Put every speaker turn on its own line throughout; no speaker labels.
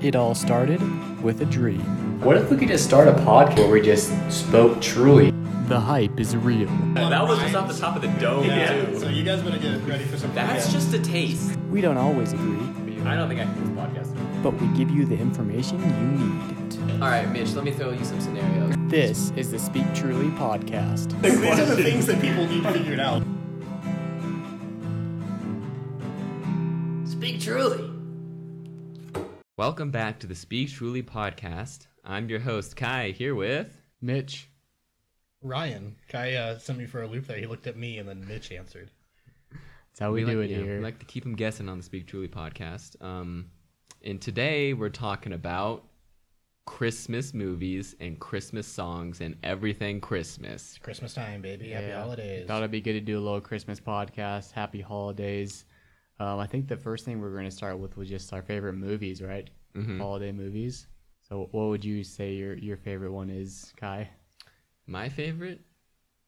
It all started with a dream.
What if we could just start a podcast where we just spoke truly?
The hype is real.
That was just off the top of the dome, too.
So you guys better get ready for some.
That's just a taste.
We don't always agree,
I don't think I can do this podcast.
but we give you the information you need.
All right, Mitch, let me throw you some scenarios.
This is the Speak Truly podcast.
These are the things that people need figured out.
Speak truly. Welcome back to the Speak Truly podcast. I'm your host, Kai, here with.
Mitch,
Ryan, Kai uh, sent me for a loop there. He looked at me and then Mitch answered.
that's how we, do
like,
it
yeah,
here.
We like to keep them guessing on the Speak Truly podcast. Um, and today we're talking about Christmas movies and Christmas songs and everything Christmas.
Christmas time, baby. Happy
Yeah.
holidays.
Thought it'd be good to do a little Christmas podcast. Happy holidays. Um, I think the first thing we are going to start with was just our favorite movies, right?
Mm-hmm.
Holiday movies. So, what would you say your your favorite one is, Kai?
My favorite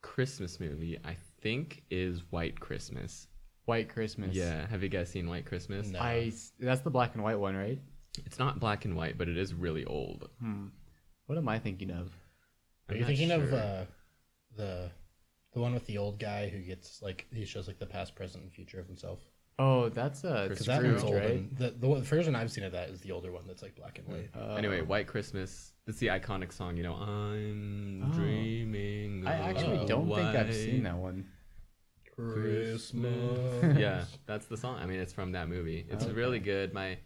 Christmas movie, I think, is White Christmas.
White Christmas.
Yeah, have you guys seen White Christmas?
No.
I s- that's the black and white one, right?
It's not black and white, but it is really old.
Uh, What am I thinking of?
Are
I'm
you
not
thinking of
sure.
uh, the the one with the old guy who gets like he shows like the past, present, and future of himself?
Oh, that's a
Because that one's
Scrooge,
old.
right?
and The, the, one- the version I've seen of that is the older one that's like black and white.
anyway, White Christmas. That's the iconic song, you know. I'm
Oh.
dreaming.
I actually
of
don't think I've
white
seen that one.
Christmas. yeah, that's the song. I mean, it's from that movie. It's really good. My,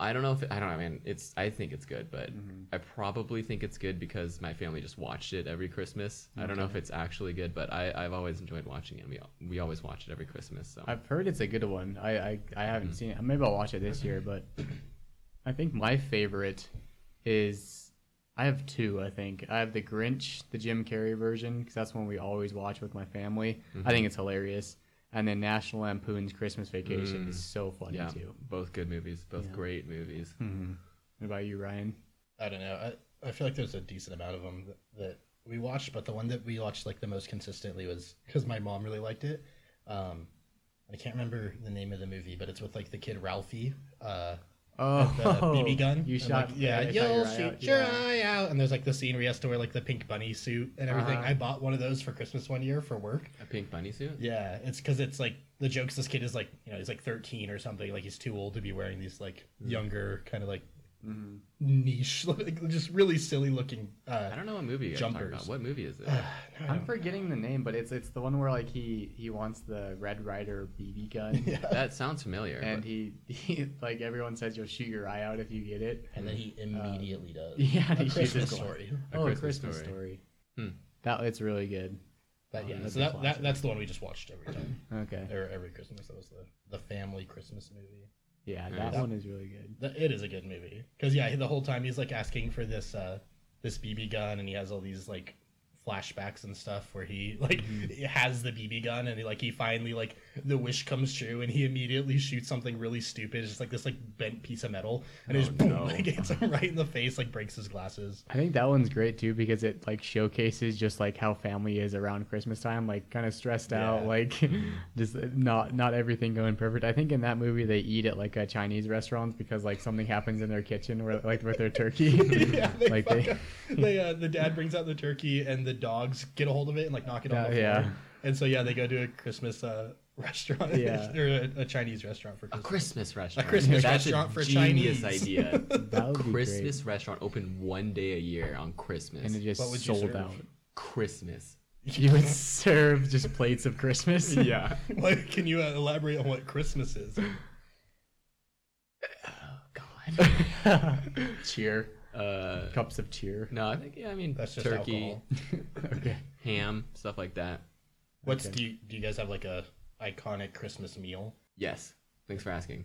I don't know if I don't. know, I mean, it's. I think it's good, but
Mm-hmm.
I probably think it's good because my family just watched it every Christmas. I don't know if it's actually good, but I, I've always enjoyed watching it. and We we always watch it every Christmas. So
I've heard it's a good one. I I, I haven't seen it. Maybe I'll watch it this year, but I think my favorite is I have two. I think I have the Grinch, the Jim Carrey version, because that's one we always watch with my family. I think it's hilarious. And then National Lampoon's Christmas Vacation is so funny
yeah,
too. Hmm.
both good movies, both great movies.
What about you, Ryan?
I don't know. I, I feel like there's a decent amount of them that, that we watched, but the one that we watched like the most consistently was because my mom really liked it. Um, I can't remember the name of the movie, but it's with like the kid Ralphie. Uh,
Oh,
the BB gun.
You
and,
shot.
like, yeah,
I shot
you'll
your eye
shoot
out,
your
yeah.
eye out. And there's like the scene where he has to wear like the pink bunny suit and everything.
Uh-huh.
I bought one of those for Christmas one year for work.
A pink bunny suit.
Yeah, it's because it's like the jokes. This kid is like, you know, he's like 13 or something. Like he's too old to be wearing these like younger kind of like niche, like, just really silly looking. Uh,
I don't know what movie you're talking about.
Jumpers.
What movie is it?
I'm forgetting the name, but it's it's the one where like he he wants the Red Rider BB gun,
that sounds familiar.
and
but-
he, he like everyone says you'll shoot your eye out if you get it.
and then he immediately does.
yeah,
a
he shoots his
Christmas
glass.
story. Hmm.
A
oh,
Christmas
a Christmas
Story.
story. That it's really good.
But yeah,
that'd
so
be
that, that that's the one we just watched every time,
Okay,
or every Christmas. That was the the family Christmas movie.
yeah, that
Nice.
one is really good.
The, it is a good movie because yeah, the whole time he's like asking for this uh this BB gun, and he has all these like flashbacks and stuff where he like
Mm-hmm.
has the BB gun, and he, like he finally like the wish comes true, and he immediately shoots something really stupid. It's just like this like bent piece of metal, and it
Oh,
just boom, like, hits him right in the face, like breaks his glasses.
I think that one's great too because it like showcases just like how family is around Christmas time, like kind of stressed out,
Yeah. Hmm.
like just uh, not not everything going perfect. I think in that movie they eat at like a Chinese restaurant because like something happens in their kitchen where like with their turkey.
yeah, they
Like
fuck
they-
up. they uh, the dad brings out the turkey, and the dogs get a hold of it and like knock it on
Uh,
the floor.
yeah.
and so yeah, they go to a Christmas uh restaurant
Yeah. Uh,
or a, a Chinese restaurant for
a
Christmas.
Christmas restaurant.
Christmas
That's
restaurant
a
for
genius
Chinese.
idea.
That would be
Christmas restaurant open one day a year on Christmas.
and it just
What would you
sold
serve?
out.
Christmas.
You would serve just plates of Christmas.
Yeah.
Like, can you uh, elaborate on what Christmas is?
God.
cheer,
Uh,
cups of cheer.
no, I think yeah. I mean,
That's just
turkey,
alcohol.
Okay.
ham, stuff like that.
What's do you do? You guys have like a iconic Christmas meal?
Yes. Thanks for asking.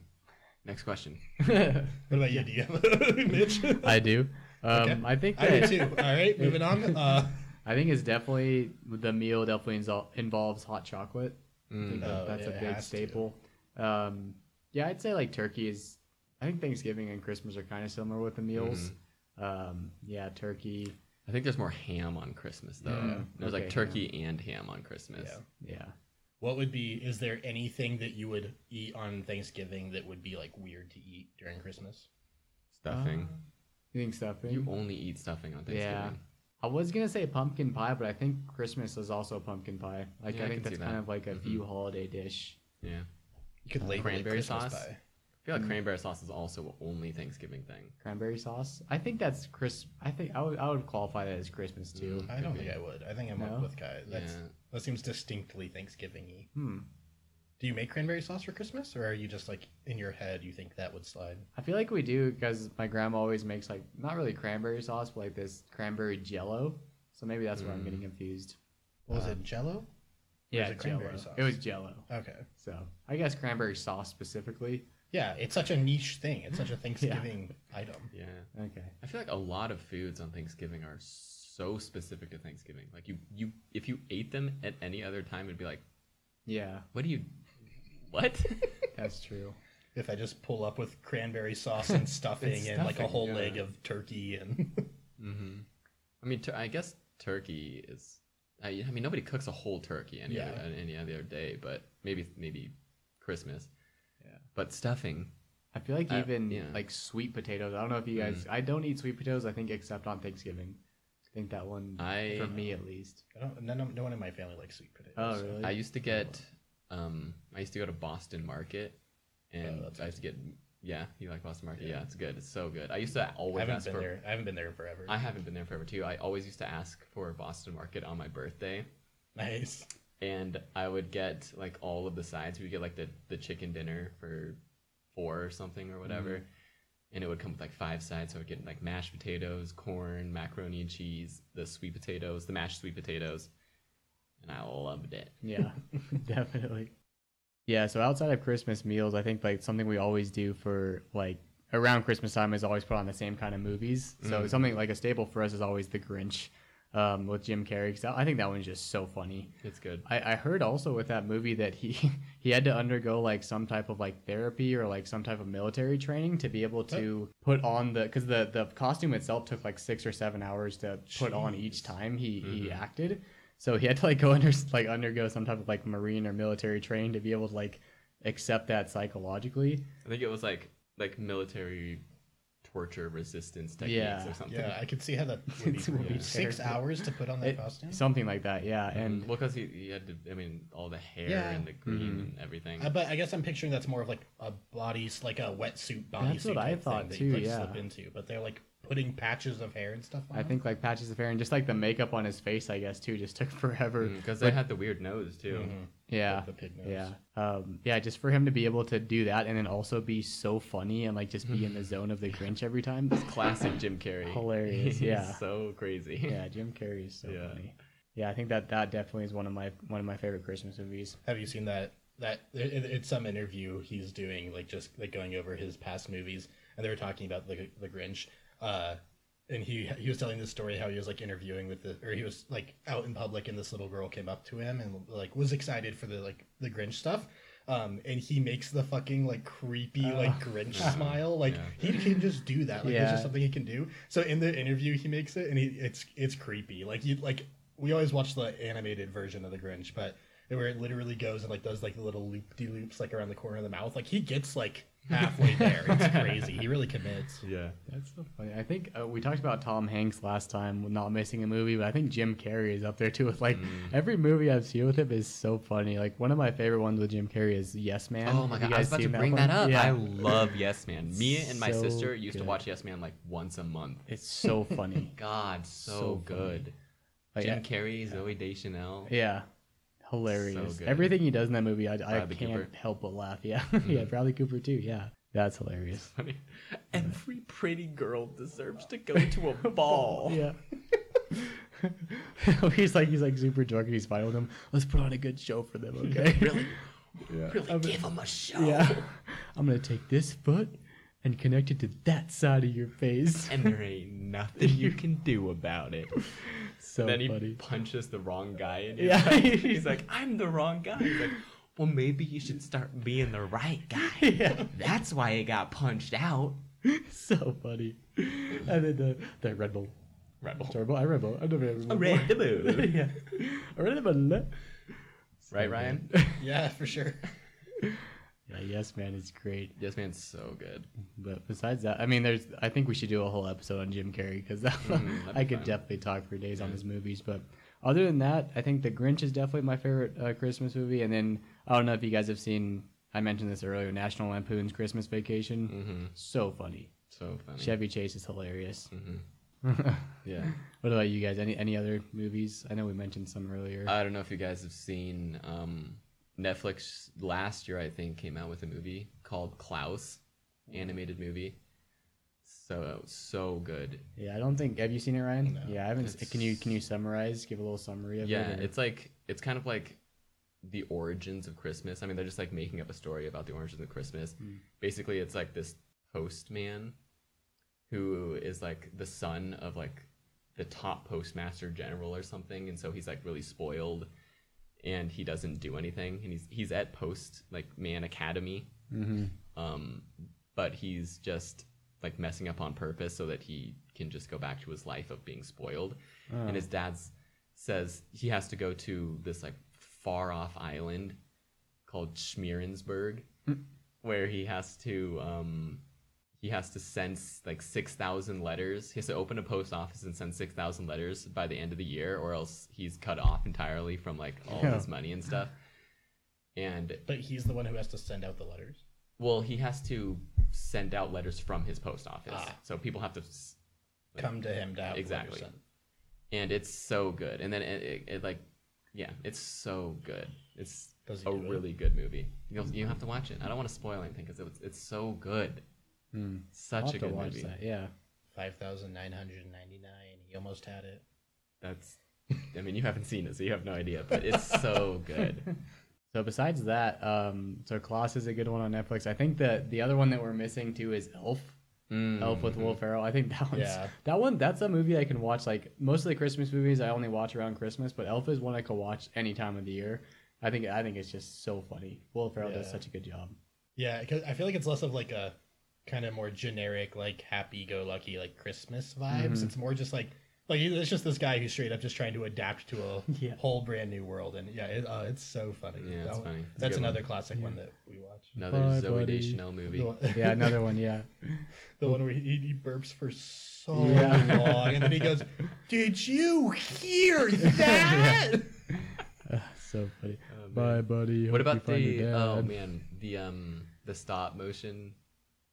Next question.
What about you? Do you have Mitch?
I do. Um,
Okay.
I think
I
that-
do too. All right, moving on. Uh,
I think it's definitely the meal definitely insol- involves hot chocolate. I think that-
Oh,
that's
it
a big
has to.
staple. Um, yeah, I'd say like turkey is. I think Thanksgiving and Christmas are kind of similar with the meals.
Mm-hmm.
Um, yeah, turkey.
I think there's more ham on Christmas though. There's like
Okay,
turkey and ham on Christmas.
Yeah.
Yeah.
what would be? Is there anything that you would eat on Thanksgiving that would be like weird to eat during Christmas?
Stuffing.
You think stuffing?
you only eat stuffing on Thanksgiving.
yeah. I was gonna say pumpkin pie, but I think Christmas is also pumpkin pie. Like
Yeah, I
I think
can see
that's kind
that. Mm-hmm.
of like a few holiday dish.
Yeah.
You could label
cranberry
it Christmas
sauce?
pie.
I feel like cranberry sauce is also only Thanksgiving thing.
Cranberry sauce. I think that's Chris. I think I would I would qualify that as Christmas too.
Mm-hmm.
I don't think I would. I think I'm
No?
up with Kai. That's
Yeah.
that seems distinctly Thanksgiving-y.
Hmm.
Do you make cranberry sauce for Christmas, or are you just like in your head you think that would slide?
I feel like we do because my grandma always makes like not really cranberry sauce, but like this cranberry jello. So maybe that's where I'm getting
Mm-hmm.
confused.
What was it Jello?
Yeah,
it
jello.
cranberry sauce?
It was jello.
Okay.
So I guess cranberry sauce specifically.
Yeah, it's such a niche thing. It's such a Thanksgiving item.
Yeah.
Okay.
I feel like a lot of foods on Thanksgiving are so specific to Thanksgiving. Like you, you, if you ate them at any other time, it'd be like,
Yeah,
what do you, what?
that's true.
If I just pull up with cranberry sauce and stuffing and like a
stuffing,
whole
yeah.
leg of turkey and
I mean, tur- I guess turkey is. I, I mean, nobody cooks a whole turkey any
Yeah.
other, any other day, but maybe maybe Christmas.
Yeah.
But stuffing.
I feel like
Uh,
even
yeah. Mm.
like sweet potatoes. I don't know if you guys. I don't eat sweet potatoes. I think except on Thanksgiving. I think that one
I-
for me at least.
I don't, none of- no one in my family likes sweet potatoes.
Oh
so-
really?
I used to get. Um, I used to go to Boston Market, and
Oh, that's
I used to get. Yeah, you like Boston Market? Yeah. it's good. It's so good. I used to
I
always
haven't
ask
been
for.
there. I haven't been there in forever.
I haven't been there forever too. I always used to ask for Boston Market on my birthday.
nice.
and I would get like all of the sides. We would get like the, the chicken dinner for four or something or whatever.
Mm-hmm.
And it would come with like five sides. So I would get like mashed potatoes, corn, macaroni and cheese, the sweet potatoes, the mashed sweet potatoes. And I loved it.
Yeah, definitely. Yeah, so outside of Christmas meals, I think like something we always do for like around Christmas time is always put on the same kind of movies. So
Mm.
something like a staple for us is always The Grinch um, with Jim Carrey. 'cause I I think that one's just so funny.
It's good.
I, I heard also with that movie that he he had to undergo like some type of like therapy or like some type of military training to be able to put on the because the the costume itself took like six or seven hours to put on each time he he acted. So he had to like go under like undergo some type of like marine or military training to be able to like accept that psychologically.
I think it was like like military torture resistance techniques
Yeah.
or something.
Yeah, I could see how that would be,
It would be
brutal. six
terrible.
hours to put on that
It-
costume.
something like that, yeah. And
And well, because he, he had to, I mean, all the hair
Yeah.
and the green and everything.
I, but I guess I'm picturing that's more of like a body, s- like a wetsuit bodysuit.
That's what I
type
thought
thing that
too,
You could
yeah.
slip into, but they're like putting patches of hair and stuff. On
I think like patches of hair and just like the makeup on his face, I guess too, just took forever.
Because Mm, they had the weird nose too.
Mm-hmm.
Yeah.
the pig nose.
Yeah. Um, yeah, just for him to be able to do that and then also be so funny and like just be in the zone of the Grinch every time. that's
Classic Jim Carrey.
Hilarious,
He's
yeah.
so crazy.
Yeah, Jim Carrey is so
Yeah.
funny. Yeah, I think that that definitely is one of my one of my favorite Christmas movies.
Have you seen that? That it, it- it's some interview he's doing, like just like going over his past movies, and they were talking about the the Grinch. Uh, and he he was telling this story how he was like interviewing with the or he was like out in public and this little girl came up to him and like was excited for the like the Grinch stuff. Um, and he makes the fucking like creepy like Grinch smile. Like he can just do that. Like it's
Yeah.
just something he can do. So in the interview he makes it and he, it's it's creepy. Like you like we always watch the animated version of the Grinch, but where it literally goes and like does like the little loop de loops like around the corner of the mouth. Like he gets like halfway there. It's crazy. He really commits.
Yeah.
That's so funny. I think uh, we talked about Tom Hanks last time with not missing a movie, but I think Jim Carrey is up there too. With like every movie I've seen with him is so funny. Like one of my favorite ones with Jim Carrey is Yes Man.
Oh my
Have you
god, I
guys
was about to
seen
bring
one?
that up.
Yeah.
I love Yes Man. Me and my
So
sister used to
good.
watch Yes Man like once a month.
It's so funny.
God, so,
So
good.
Like,
Jim Carrey, Zoe Deschanel.
Yeah. Hilarious.
good.
Everything he does in that movie, I, I
Bradley
can't
Cooper. Mm-hmm.
help but laugh. Yeah. yeah. Bradley Cooper, too. Yeah. That's hilarious.
Funny. Every pretty girl deserves to go to a ball.
Yeah. he's like he's like super drunk and he's fine with him. Let's put on a good show for them, okay?
Really, really give them a show.
yeah. I'm gonna take this foot and connect it to that side of your face.
And there ain't nothing you can do about it.
So
then he
funny.
punches the wrong guy, and he's,
Yeah.
like, he's like, "I'm the wrong guy." He's like, "Well, maybe you should start being the right guy. That's why he got punched out."
So funny. And then the, the Red Bull.
Rebel,
Red Bull. I Red Bull. I never had Red Bull.
red the moon.
yeah. I Red Bull.
Right, Ryan?
Yeah, for sure.
Yeah, yes, man, it's great.
Yes, man's so good.
But besides that, I mean, there's. I think we should do a whole episode on Jim Carrey because
Mhm, that'd
I
be
could
fun.
definitely talk for days on
Yeah.
his movies. But other than that, I think The Grinch is definitely my favorite uh, Christmas movie. And then I don't know if you guys have seen. I mentioned this earlier. National Lampoon's Christmas Vacation.
Mm-hmm.
So funny.
So funny.
Chevy Chase is hilarious.
hmm Yeah.
What about you guys? Any any other movies? I know we mentioned some earlier.
I don't know if you guys have seen um, Netflix last year. I think came out with a movie called Klaus, animated movie. So so good.
yeah, I don't think. Have you seen it, Ryan?
No.
yeah, I haven't. s-
It's-
Can you can you summarize? Give a little summary of
Yeah,
it. or-
it's like it's kind of like the origins of Christmas. I mean, they're just like making up a story about the origins of Christmas. Basically, it's like this postman who is like the son of like the top postmaster general or something, and so he's like really spoiled, and he doesn't do anything, and he's he's at post like man academy, um, but he's just like messing up on purpose so that he can just go back to his life of being spoiled. And his dad's says he has to go to this like far off island called Schmierensburg, where he has to um, he has to send like six thousand letters. He has to open a post office and send six thousand letters by the end of the year, or else he's cut off entirely from like all
Yeah.
his money and stuff. And
But he's the one who has to send out the letters.
well, he has to send out letters from his post office,
Ah.
so people have to s-
Come to him to have the letters
Exactly.
sent.
and it's so good. And then it, it, it like, yeah, it's so good. It's
Does he
a
do it?
really good movie. You'll, you have to watch it. I don't want to spoil anything because it's it's so good.
Hmm. I'll
Such
have to
a good
watch
movie.
that. Yeah.
Five thousand nine hundred ninety nine. He almost had it.
That's, I mean, you haven't seen it, so you have no idea, but it's so good.
So besides that, um, so Klaus is a good one on Netflix. I think that the other one that we're missing too is Elf.
Mm-hmm.
Elf with Will Ferrell. I think that one's
Yeah.
that one. That's a movie I can watch. Like most of the Christmas movies, I only watch around Christmas, but Elf is one I could watch any time of the year. I think I think it's just so funny. Will Ferrell does
Yeah.
such a good job.
Yeah, because I feel like it's less of like a kind of more generic, like happy-go-lucky, like Christmas vibes.
Mm-hmm.
It's more just like like it's just this guy who's straight up just trying to adapt to a
Yeah.
whole brand new world, and yeah, it, uh, it's so funny.
Yeah, it's
That one-
funny. It's a
that's
good
another
one.
classic one that we watch.
Another
Bye,
Zoe
buddy.
Deschanel movie.
The one-
Yeah, another one. Yeah,
the one where he, he burps for so
Yeah.
long, and then he goes, "Did you hear that?"
so funny.
Oh, man.
Bye, buddy. Hope
What
you
about
find your
the oh
dad.
man the um the stop motion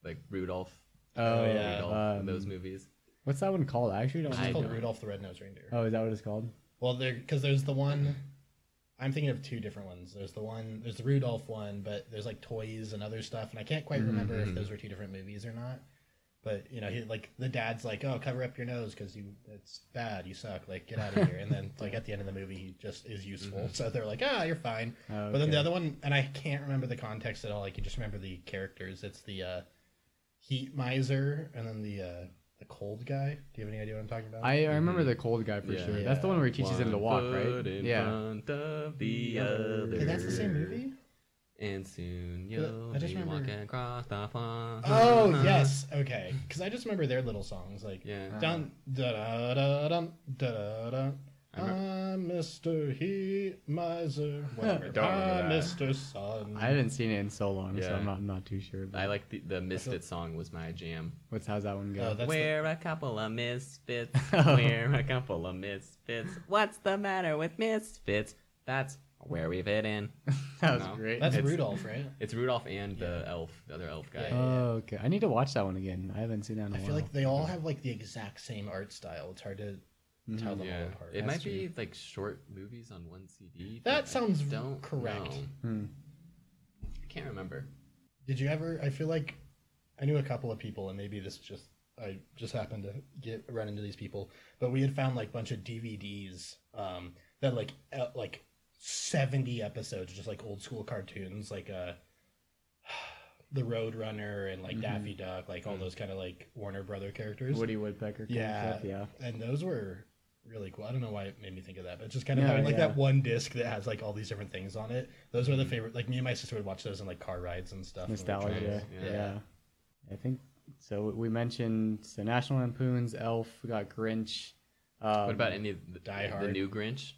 like Rudolph,
Oh,
Oh, yeah.
Rudolph
um,
those movies
What's that one called? I actually don't.
It's
I
called
know.
Rudolph the Red-Nosed Reindeer.
Oh, is that what it's called?
Mm-hmm.
Well, there because there's the one. I'm thinking of two different ones. There's the one. There's the Rudolph one, but there's like toys and other stuff, and I can't quite remember if
Mm-hmm.
those were two different movies or not. But you know, he, like the dad's like, "Oh, cover up your nose because you it's bad. You suck. Like get out of here." And then like at the end of the movie, he just is useful. So they're like, "Ah, you're fine."
Oh,
But then
Mm-hmm. okay.
the other one, and I can't remember the context at all. I can just remember the characters. It's the uh, heat miser and then the uh, the cold guy. Do you have any idea what I'm talking about?
I, I remember the cold guy for
Yeah.
sure. That's the one where he teaches him to
One
walk,
foot
right?
in
Yeah.
front of the
Hey, that's the same
other.
movie.
And soon
I
you'll
just
be
remember-
walking across the pond.
Oh yes, okay. Because I just remember their little songs like
Yeah.
dun da da da dun da da da.
I remember-
I'm Mr. Heat Miser. Whatever.
don't
I'm
remember that.
Mr. Sun.
I haven't seen it in so long, so
Yeah.
I'm not, I'm not too sure. But
I like the, the Misfit song was my jam.
what's how's that one go?
Oh, that's the-
We're a couple of misfits. We're a couple of misfits. What's the matter with misfits? That's where we fit in.
that was
no.
great.
that's
It's-
Rudolph, right?
It's Rudolph and the elf, the other elf guy.
Yeah.
Oh, okay. I need to watch that one again. I haven't seen that in a
I
while.
feel like they all have like the exact same art style. It's hard to tell them
Mm, Yeah.
all apart.
It
That's
might be like short movies on one CD. but
That
I
sounds
don't
correct.
know.
Hmm.
I can't remember.
Did you ever? I feel like I knew a couple of people, and maybe this just I just happened to get run into these people. But we had found like a bunch of DVDs um, that like uh, like seventy episodes, just like old school cartoons, like uh, the Road Runner and like Daffy Duck, like all those kind of like Warner Brother characters.
Woody Woodpecker. kind of
yeah,
stuff, yeah.
and those were really cool. I don't know why it made me think of that, but it's just kind of
Yeah,
having like
yeah. Mm-hmm.
that one disc that has like all these different things on it. Those were the favorite. Like me and my sister would watch those in like car rides and stuff. when we were
Nostalgia.
Trans,
Yeah.
yeah.
I think so. We mentioned the National Lampoon's Elf. We got Grinch. Um,
What about any of the,
Die
the
Hard.
new Grinch?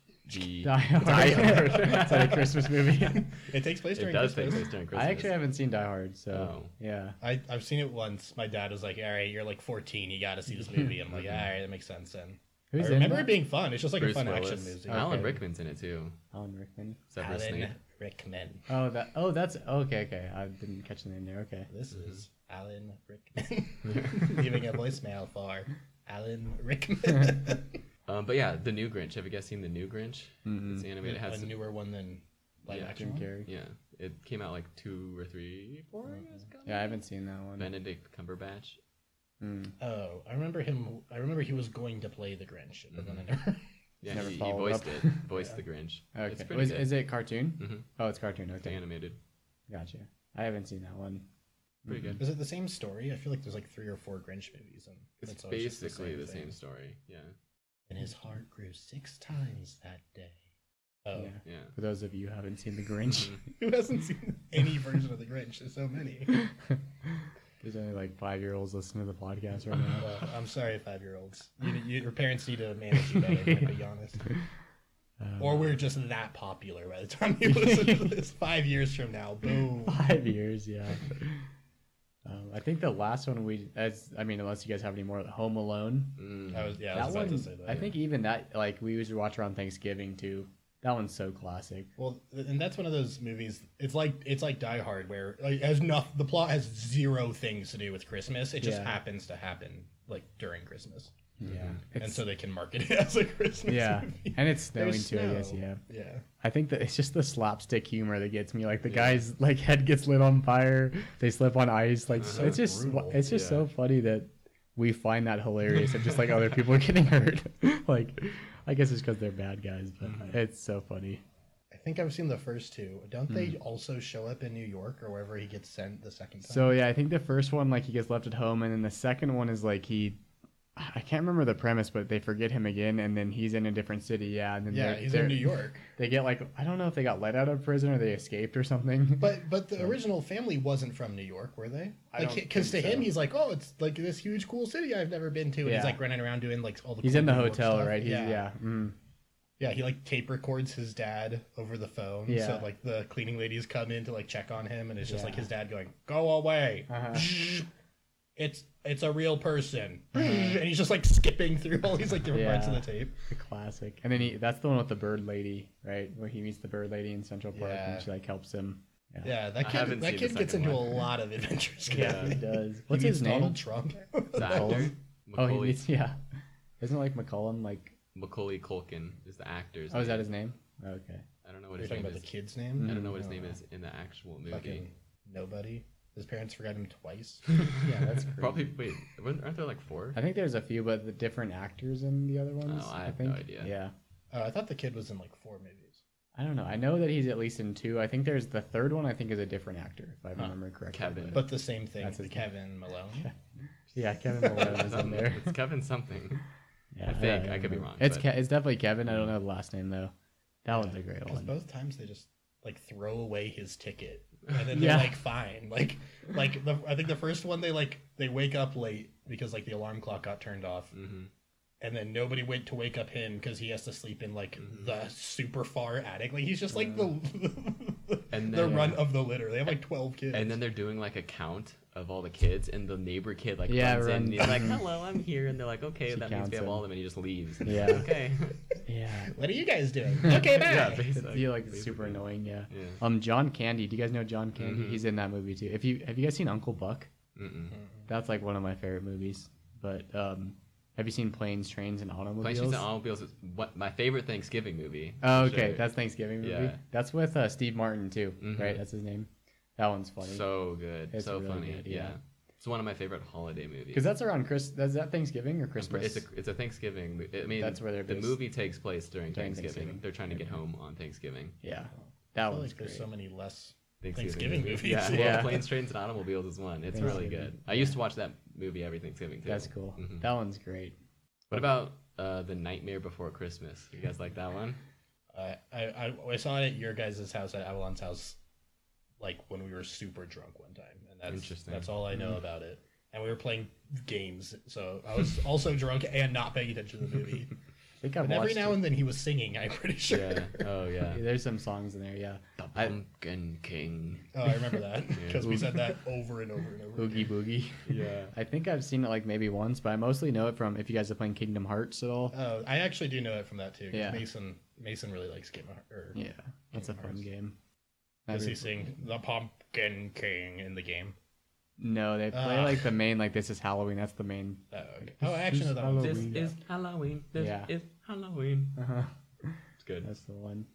the
Die Hard.
Die Hard.
It's like a Christmas movie.
It takes place
it
during
does take
Christmas.
place during Christmas.
I actually haven't seen Die Hard, so
Oh.
yeah.
I, I've seen it once. My dad was like, "All right, you're like 14. You got to see this movie." And I'm like, "All right, that makes sense." And
Mm-hmm. Who's
I
in
remember
that?
it being fun. It's just like
Bruce
a fun
Willis.
action movie.
Alan
Okay.
Rickman's in it too.
Alan Rickman.
Severus Snape.
Alan Rickman.
Oh, that. Oh, that's okay. Okay, I didn't catch the name there. Okay.
This
Mm-hmm.
is Alan Rickman leaving a voicemail for Alan Rickman.
Um, but yeah, the new Grinch. Have you guys seen the new Grinch?
Mm-hmm.
It's animated. It
a
has some,
newer one than live
Yeah,
Jim
action. one?
Carrey.
yeah, it came out like two or three, four years ago.
Yeah, I haven't seen that one. Hmm.
Benedict Cumberbatch.
Oh, I remember him. I remember he was going to play the Grinch, but then
Mm-hmm.
I never.
Yeah,
Never
he, he
followed
voiced
up.
it. Voiced the Grinch.
Okay.
It's pretty
Was,
good.
is it cartoon?
Mm-hmm.
Mhm.
Oh, it's cartoon.
It's
Okay.
animated.
Gotcha. I haven't seen that one.
Pretty
Mm-hmm.
good.
Is it the same story? I feel like there's like three or four Grinch movies, and
It's,
always just
basically the
thing.
same story. Yeah,
And his heart grew six times that day. Oh, Mm-hmm.
Yeah.
yeah.
For those of you who haven't seen The Grinch,
who hasn't seen any version of the Grinch? There's so many.
there's only like five year olds listening to the podcast right now.
Well, I'm sorry, five year olds. You, you, your parents need to manage you better, if I'm to be honest. or we're just that popular by the time you listen to this. Five years from now, boom.
Five years, yeah. Um, I think the last one we, as I mean, unless you guys have any more, Home Alone.
Mm.
I was, yeah, Mm-hmm. I
that
was
one,
about to say that.
I think even that, like, we used to watch around Thanksgiving too. That one's so classic.
Well, and that's one of those movies. It's like it's like Die Hard, where like, has no, the plot has zero things to do with Christmas. It just
Yeah.
happens to happen like during Christmas,
Yeah.
Mm-hmm. and
It's,
so they can market it as a Christmas.
yeah.
movie.
And it's snowing too,
There's
I guess,
snow.
yeah.
yeah.
I think that it's just the slapstick humor that gets me. Like the guy's like head gets lit on fire, they slip on ice. Like
So
it's just
brutal.
it's just so
Yeah.
funny that we find that hilarious of just like other people getting hurt. like I guess it's because they're bad guys, but
Mm-hmm.
it's so funny.
I think I've seen the first two. Don't they also show up in New York or wherever he gets sent the second time?
Hmm. So yeah, I think the first one like he gets left at home, and then the second one is like he. I can't remember the premise, but they forget him again, and then he's in a different city. Yeah, and then
yeah,
they're-
he's
they're-
in New York.
They get like I don't know if they got let out of prison or they escaped or something.
But but the original family wasn't from New York, were they?
I don't
Because to
think
him,
so.
he's like, oh, it's like this huge cool city I've never been to, and
Yeah.
he's like running around doing like all the.
he's
cool
in the
New York
hotel,
stuff.
right? He's, yeah. Mm.
Yeah, he like tape records his dad over the phone.
Yeah.
So like the cleaning ladies come in to like check on him and it's just like
Yeah.
his dad going, Go away.
Uh-huh.
It's it's a real person. And he's just like skipping through all these like different parts of
Uh-huh. Yeah.
the tape.
The classic. And then he, that's the one with the bird lady, right? Where he meets the bird lady in Central Park
Yeah.
and she like helps him.
Yeah, that
I
kid
haven't
that
seen the
kid gets
second
into
one.
a lot of adventures.
Yeah,
guys.
he does. Uh, What's
he
his
meets
name?
Donald Trump.
the
Macaulay? Oh,
actor.
he
Macaulay,
meets, yeah. Isn't it like McCollum like
Macaulay Culkin is the actor's.
Oh, is that
name.
his name? Okay.
I don't know what
You're
his
talking
name
about
is.
the kid's name?
I don't know what his name is in the actual movie.
Fucking nobody. His parents forgot him twice. Uh,
Yeah, that's crazy.
Probably wait. Aren't aren't there like four?
I think there's a few, but the different actors in the other ones.
Oh, I have
think.
no idea.
Yeah.
Uh, I thought the kid was in like four movies.
I don't know. I know that he's at least in two. I think there's the third one I think is a different actor, if I remember correctly.
Kevin.
But the same thing.
That's his name.
Kevin Malone.
Yeah, Kevin Malone is in there.
it's Kevin something.
Yeah,
I think.
don't
I could be
remember.
wrong,
It's
but-
Ke- it's definitely Kevin. I don't know the last name though. That one's a great
Because
one.
both times they just like throw away his ticket, and then
Yeah.
they're like, "Fine." Like, like the, I think the first one they like they wake up late because like the alarm clock got turned off, and then nobody went to wake up him because he has to sleep in like the super far attic. Like he's just like the
And
the
then-
run of the litter. They have like twelve kids.
And then they're doing like a count of all the kids, and the neighbor kid like
Yeah,
runs in, and
runs
he's like, "Hello, I'm here," and they're like, "Okay, that means
counts
we have
him.
all of them," and he just leaves.
Yeah.
Okay.
Yeah.
what are you guys doing? Okay, bye.
yeah.
It's,
Basically.
yeah, like super annoying. Yeah.
Yeah. Mm-hmm.
Um, John Candy. Do you guys know John Candy? He's in that movie too. If you have you guys seen Uncle Buck?
Mm-mm.
That's like one of my favorite movies. But um, have you seen Planes, Trains, and
Planes,
Automobiles?
Trains, and Automobiles is what my favorite Thanksgiving movie.
oh,
for
okay.
sure.
That's Thanksgiving movie.
Yeah.
That's with uh, Steve Martin too,
Mhm.
right? That's his name. That one's funny.
so good,
It's
so
really
funny.
good,
yeah.
yeah.
it's one of my favorite holiday movies.
Because that's around Chris. Is that Thanksgiving or
It's a-
Christmas?
it's a it's a Thanksgiving. mo- I mean,
That's where they're
the
based.
movie takes place during,
During
Thanksgiving.
Thanksgiving.
They're trying to get home on Thanksgiving.
yeah. That
I feel
one's
like
great.
there's so many less.
Thanksgiving,
Thanksgiving
movies.
movies.
Yeah,
Yeah.
Well, Planes, Trains, and Automobiles is one. It's really good.
Thanksgiving.
I used to watch that movie every Thanksgiving too.
That's cool.
Mhm.
That one's great.
What about uh, the Nightmare Before Christmas? You guys like that one?
Uh, I, I I saw it at your guys' house at Avalon's house, like when we were super drunk one time, and that's
Interesting.
that's all I know
Mm-hmm.
about it. And we were playing games, so I was also drunk and not paying attention to the movie.
think I've
But every
watched
now
it.
and then he was singing. I'm pretty sure.
Yeah. Oh yeah.
There's some songs in there, yeah.
The Pumpkin King.
Oh, I remember that because we said that over and over and over.
Boogie
again.
Boogie.
Yeah.
I think I've seen it like maybe once, but I mostly know it from if you guys are playing Kingdom Hearts at all.
Oh, I actually do know it from that too. 'cause
Yeah.
Mason Mason really likes Game of Hearts.
Yeah, that's a
Kingdom
fun
Hearts.
game.
Does
Every-
he sing the Pumpkin King in the game?
No, they play
Ah.
like the main, like this is Halloween. That's the main.
Oh, okay. oh I actually know that one.
This
This
Halloween.
is Halloween. This
Yeah.
is Halloween.
Uh-huh.
It's good. It's
That's the one.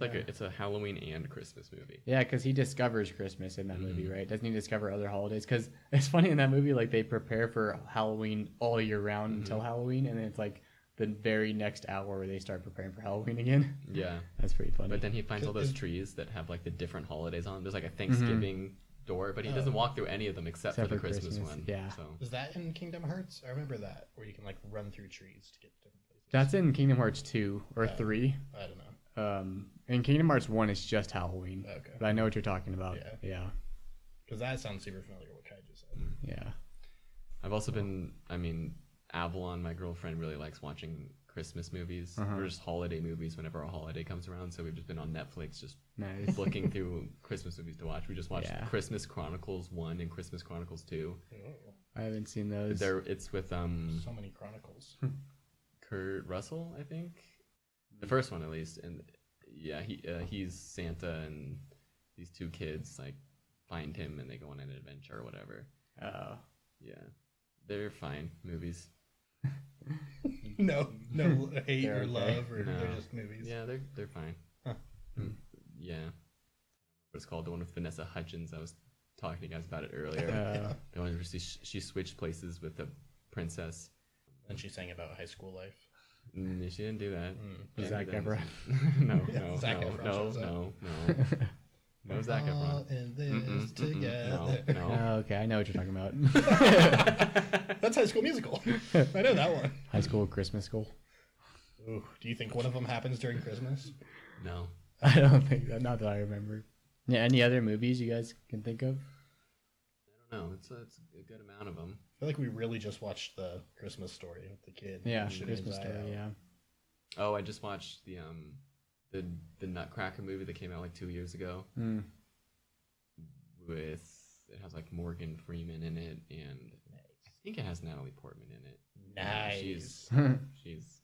like a, it's a Halloween and Christmas movie.
Yeah, because he discovers Christmas in that
Mm.
movie, right? Doesn't he discover other holidays? Because it's funny in that movie, like they prepare for Halloween all year round
Mm-hmm.
until Halloween, and then it's like the very next hour they start preparing for Halloween again.
Yeah.
That's pretty funny.
But then he finds all those trees that have like the different holidays on them. There's like a Thanksgiving door, but he doesn't walk through any of them except, for the Christmas, one.
yeah.
So
Is that in Kingdom Hearts? I remember that where you can like run through trees to get to different places.
that's in Kingdom Hearts two or three.
I don't know.
Um, in Kingdom Hearts one, it's just Halloween.
Okay.
But I know what you're talking about.
Yeah.
Yeah.
Because that sounds super familiar. What Kai just said.
Yeah.
I've also been. I mean, Avalon, my girlfriend, really likes watching Christmas movies or just holiday movies whenever a holiday comes around. So we've just been on Netflix just
Nice.
looking through Christmas movies to watch. We just watched
Yeah.
Christmas Chronicles one and Christmas Chronicles two.
I haven't seen those.
There, it's with um
So many chronicles.
Kurt Russell, I think,
Mm-hmm.
the first one at least, and yeah, he uh, he's Santa, and these two kids like find him, and they go on an adventure or whatever.
Oh.
Yeah, they're fine movies.
no, no hate
They're
or
okay.
love or
No.
they're just movies.
Yeah, they're they're fine. Mm, Yeah, I don't remember what it's called the one with Vanessa Hudgens. I was talking to you guys about it earlier.
Uh,
The one where she, she switched places with the princess.
And she sang about high school life.
Mm, she didn't do that. She
Zac
didn't do that.
Mm. Yeah,
no, no,
Zac
no,
Efron
no,
shows up.
no, no, no, Zac Efron.
All in this
Mm-mm, mm-mm,
together.
Mm-hmm, No, no.
oh, okay. I know what you're talking about.
That's High School Musical. I know that one.
High school Christmas school.
Ooh, do you think one of them happens during Christmas?
no.
I don't think that. Not that I remember. Yeah. Any other movies you guys can think of?
I don't know. It's a, it's a good amount of them.
I feel like we really just watched the Christmas story with the kid.
Yeah.
Shitting his
Christmas
eye
story.
out.
Yeah.
Oh, I just watched the um the the Nutcracker movie that came out like two years ago
Hmm.
with it has like Morgan Freeman in it and I think it has Natalie Portman in it. Yeah,
Nice.
She's she's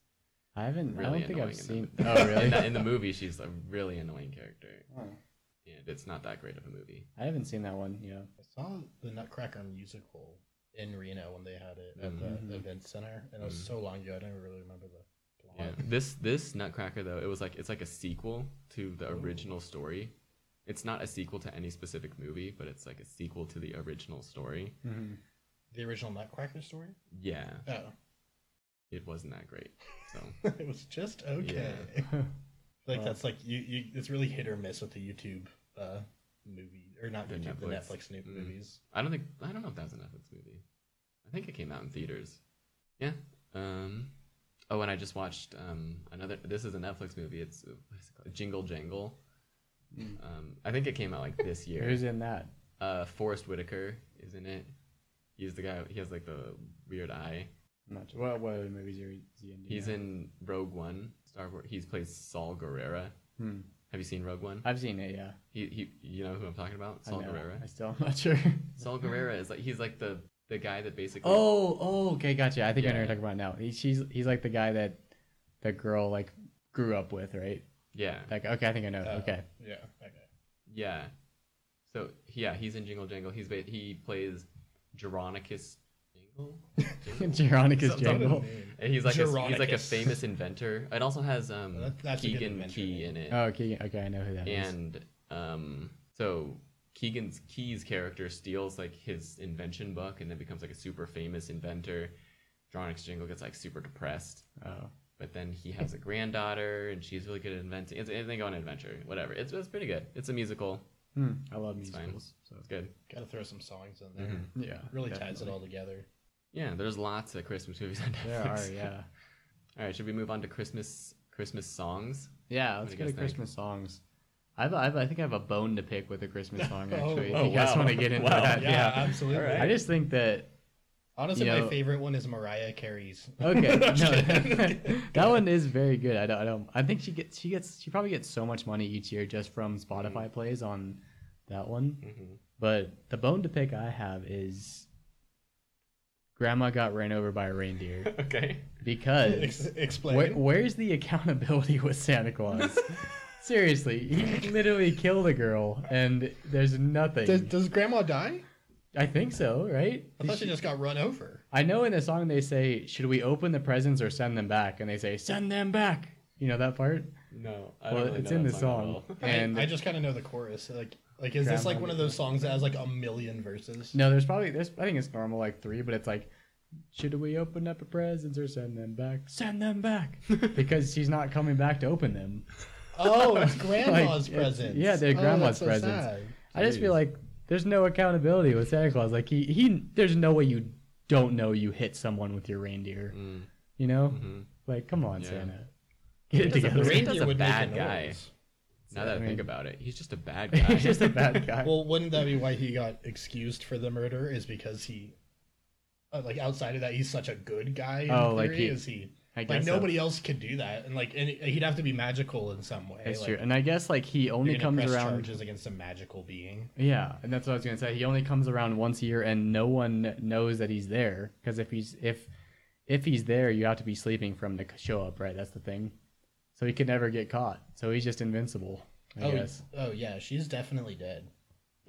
I haven't. I
really
don't think
annoying.
I've seen.
in the-
Oh, really?
in, the, in the movie, she's a really annoying character,
Oh,
and it's not that great of a movie.
I haven't seen that one. Yeah.
I saw the Nutcracker musical in Reno when they had it at
Mm-hmm.
the event center, and it was so long ago I don't even really remember the plot.
Mm. Yeah. This this Nutcracker though, it was like it's like a sequel to the original story. It's not a sequel to any specific movie, but it's like a sequel to the original story.
The original Nutcracker story?
Yeah,
Oh,
it wasn't that great. So
it was just okay. like that's like you, you. It's really hit or miss with the YouTube uh, movie or not
The
YouTube, the
Netflix.
Netflix new
Mm.
movies.
I don't think I don't know if that was a Netflix movie. I think it came out in theaters. Yeah. Um. Oh, and I just watched um another. This is a Netflix movie. It's uh, what is it called? Jingle Jangle. Um, I think it came out like this year.
Who's in that?
Uh, Forrest Whitaker is in it. He's the guy. He has like the weird eye.
I'm not sure. Well, what other movies are is he in? Do you
He's
know?
in Rogue One. Star Wars. He plays Saul Guerrera.
Hmm.
Have you seen Rogue One?
I've seen it. Yeah.
He, he you know who I'm talking about?
I
Saul
know.
Guerrera.
I still am not sure.
Saul Guerrera is like he's like the the guy that basically.
Oh, oh, okay, gotcha. I think I know
Yeah.
what you're talking about now. He, she's he's like the guy that the girl like grew up with, right?
Yeah.
Like, okay, I think I know.
Oh.
Uh,
okay,
Yeah. Okay.
Yeah. So yeah, he's in Jingle Jangle. He's ba- he plays Geronicus Jingle.
Geronicus
Something-
Jangle.
And he's like a, he's like a
Geronicus.
famous inventor. It also has um
That- that's a good
Keegan
inventor
Key
name.
in it.
Oh, okay, okay, I know who that is.
and um so Keegan's Key's character steals like his invention book and then becomes like a super famous inventor. Geronicus Jingle gets like super depressed.
Oh,
But then he has a granddaughter, and she's really good at inventing. It's, and they go on an adventure, whatever. It's, it's pretty good. It's a musical.
hmm, I love
It's fine.
musicals. So
It's good.
Gotta throw some songs in there.
Mm-hmm.
yeah,
Really ties it all together.
Yeah, there's lots of Christmas movies on Netflix.
There are, yeah,
All right, should we move on to Christmas Christmas songs?
yeah.
What
Let's
do you
go
guys
to
think?
Christmas songs. I've, I've, I think I have a bone to pick with a Christmas song. Actually,
oh,
if you guys
wow.
want to get into
Wow,
that, yeah.
absolutely.
All Uh, right.
I just think that
Honestly,
You
my
know-
favorite one is Mariah Carey's.
Okay, no,
Kidding.
that one is very good. I don't, I don't. I think she gets. She gets. She probably gets so much money each year just from Spotify
Mm-hmm.
plays on that one. But the bone to pick I have is Grandma got ran over by a reindeer
Okay.
because
Ex- explain.
where, where's the accountability with Santa Claus? Seriously, he literally killed a girl, and there's nothing.
does, does Grandma die?
I think so, right?
I thought she just got run over.
I know in the song they say, "Should we open the presents or send them back?" And they say, "Send them back." You know that part?
No, I
well,
don't really
it's
know
in
that
the song.
at all.
And
I just kind of know the chorus. Like, like is this
Grandma
like one of those songs that has like a million verses?
no, there's probably there's I think it's normal like three, but it's like, "Should we open up the presents or send them back?" Send them back because she's not coming back to open them.
Oh, it's
Like, it's-
Grandma's presents.
Yeah, they're
Oh,
grandma's
that's so
presents.
sad.
I just
Jeez.
feel like there's no accountability with Santa Claus. Like he he, there's no way you don't know you hit someone with your reindeer.
Mm.
You know,
Mhm.
like come on,
Yeah.
Santa, get it
He doesn't
together.
really- Santa's a
would make
bad
noise.
guy. Now that I,
I
think
mean-
about it, he's just a bad guy.
He's just a bad guy.
Well, wouldn't that be why he got excused for the murder? Is because he, uh, like, outside of that, he's such a good guy. In
Oh,
oh,
like
like
he-
is he?
I
Like
guess so.
nobody else could do that, and like, and he'd have to be magical in some way.
That's
like,
true. And I guess like he
you're
only
gonna
comes
press
around.
charges against a magical being.
Yeah, and that's what I was gonna say. He only comes around once a year, and no one knows that he's there. Because if he's if if he's there, you have to be sleeping for him to show up, right? That's the thing. So he could never get caught. So he's just invincible. I
oh,
guess.
oh yeah, she's definitely dead.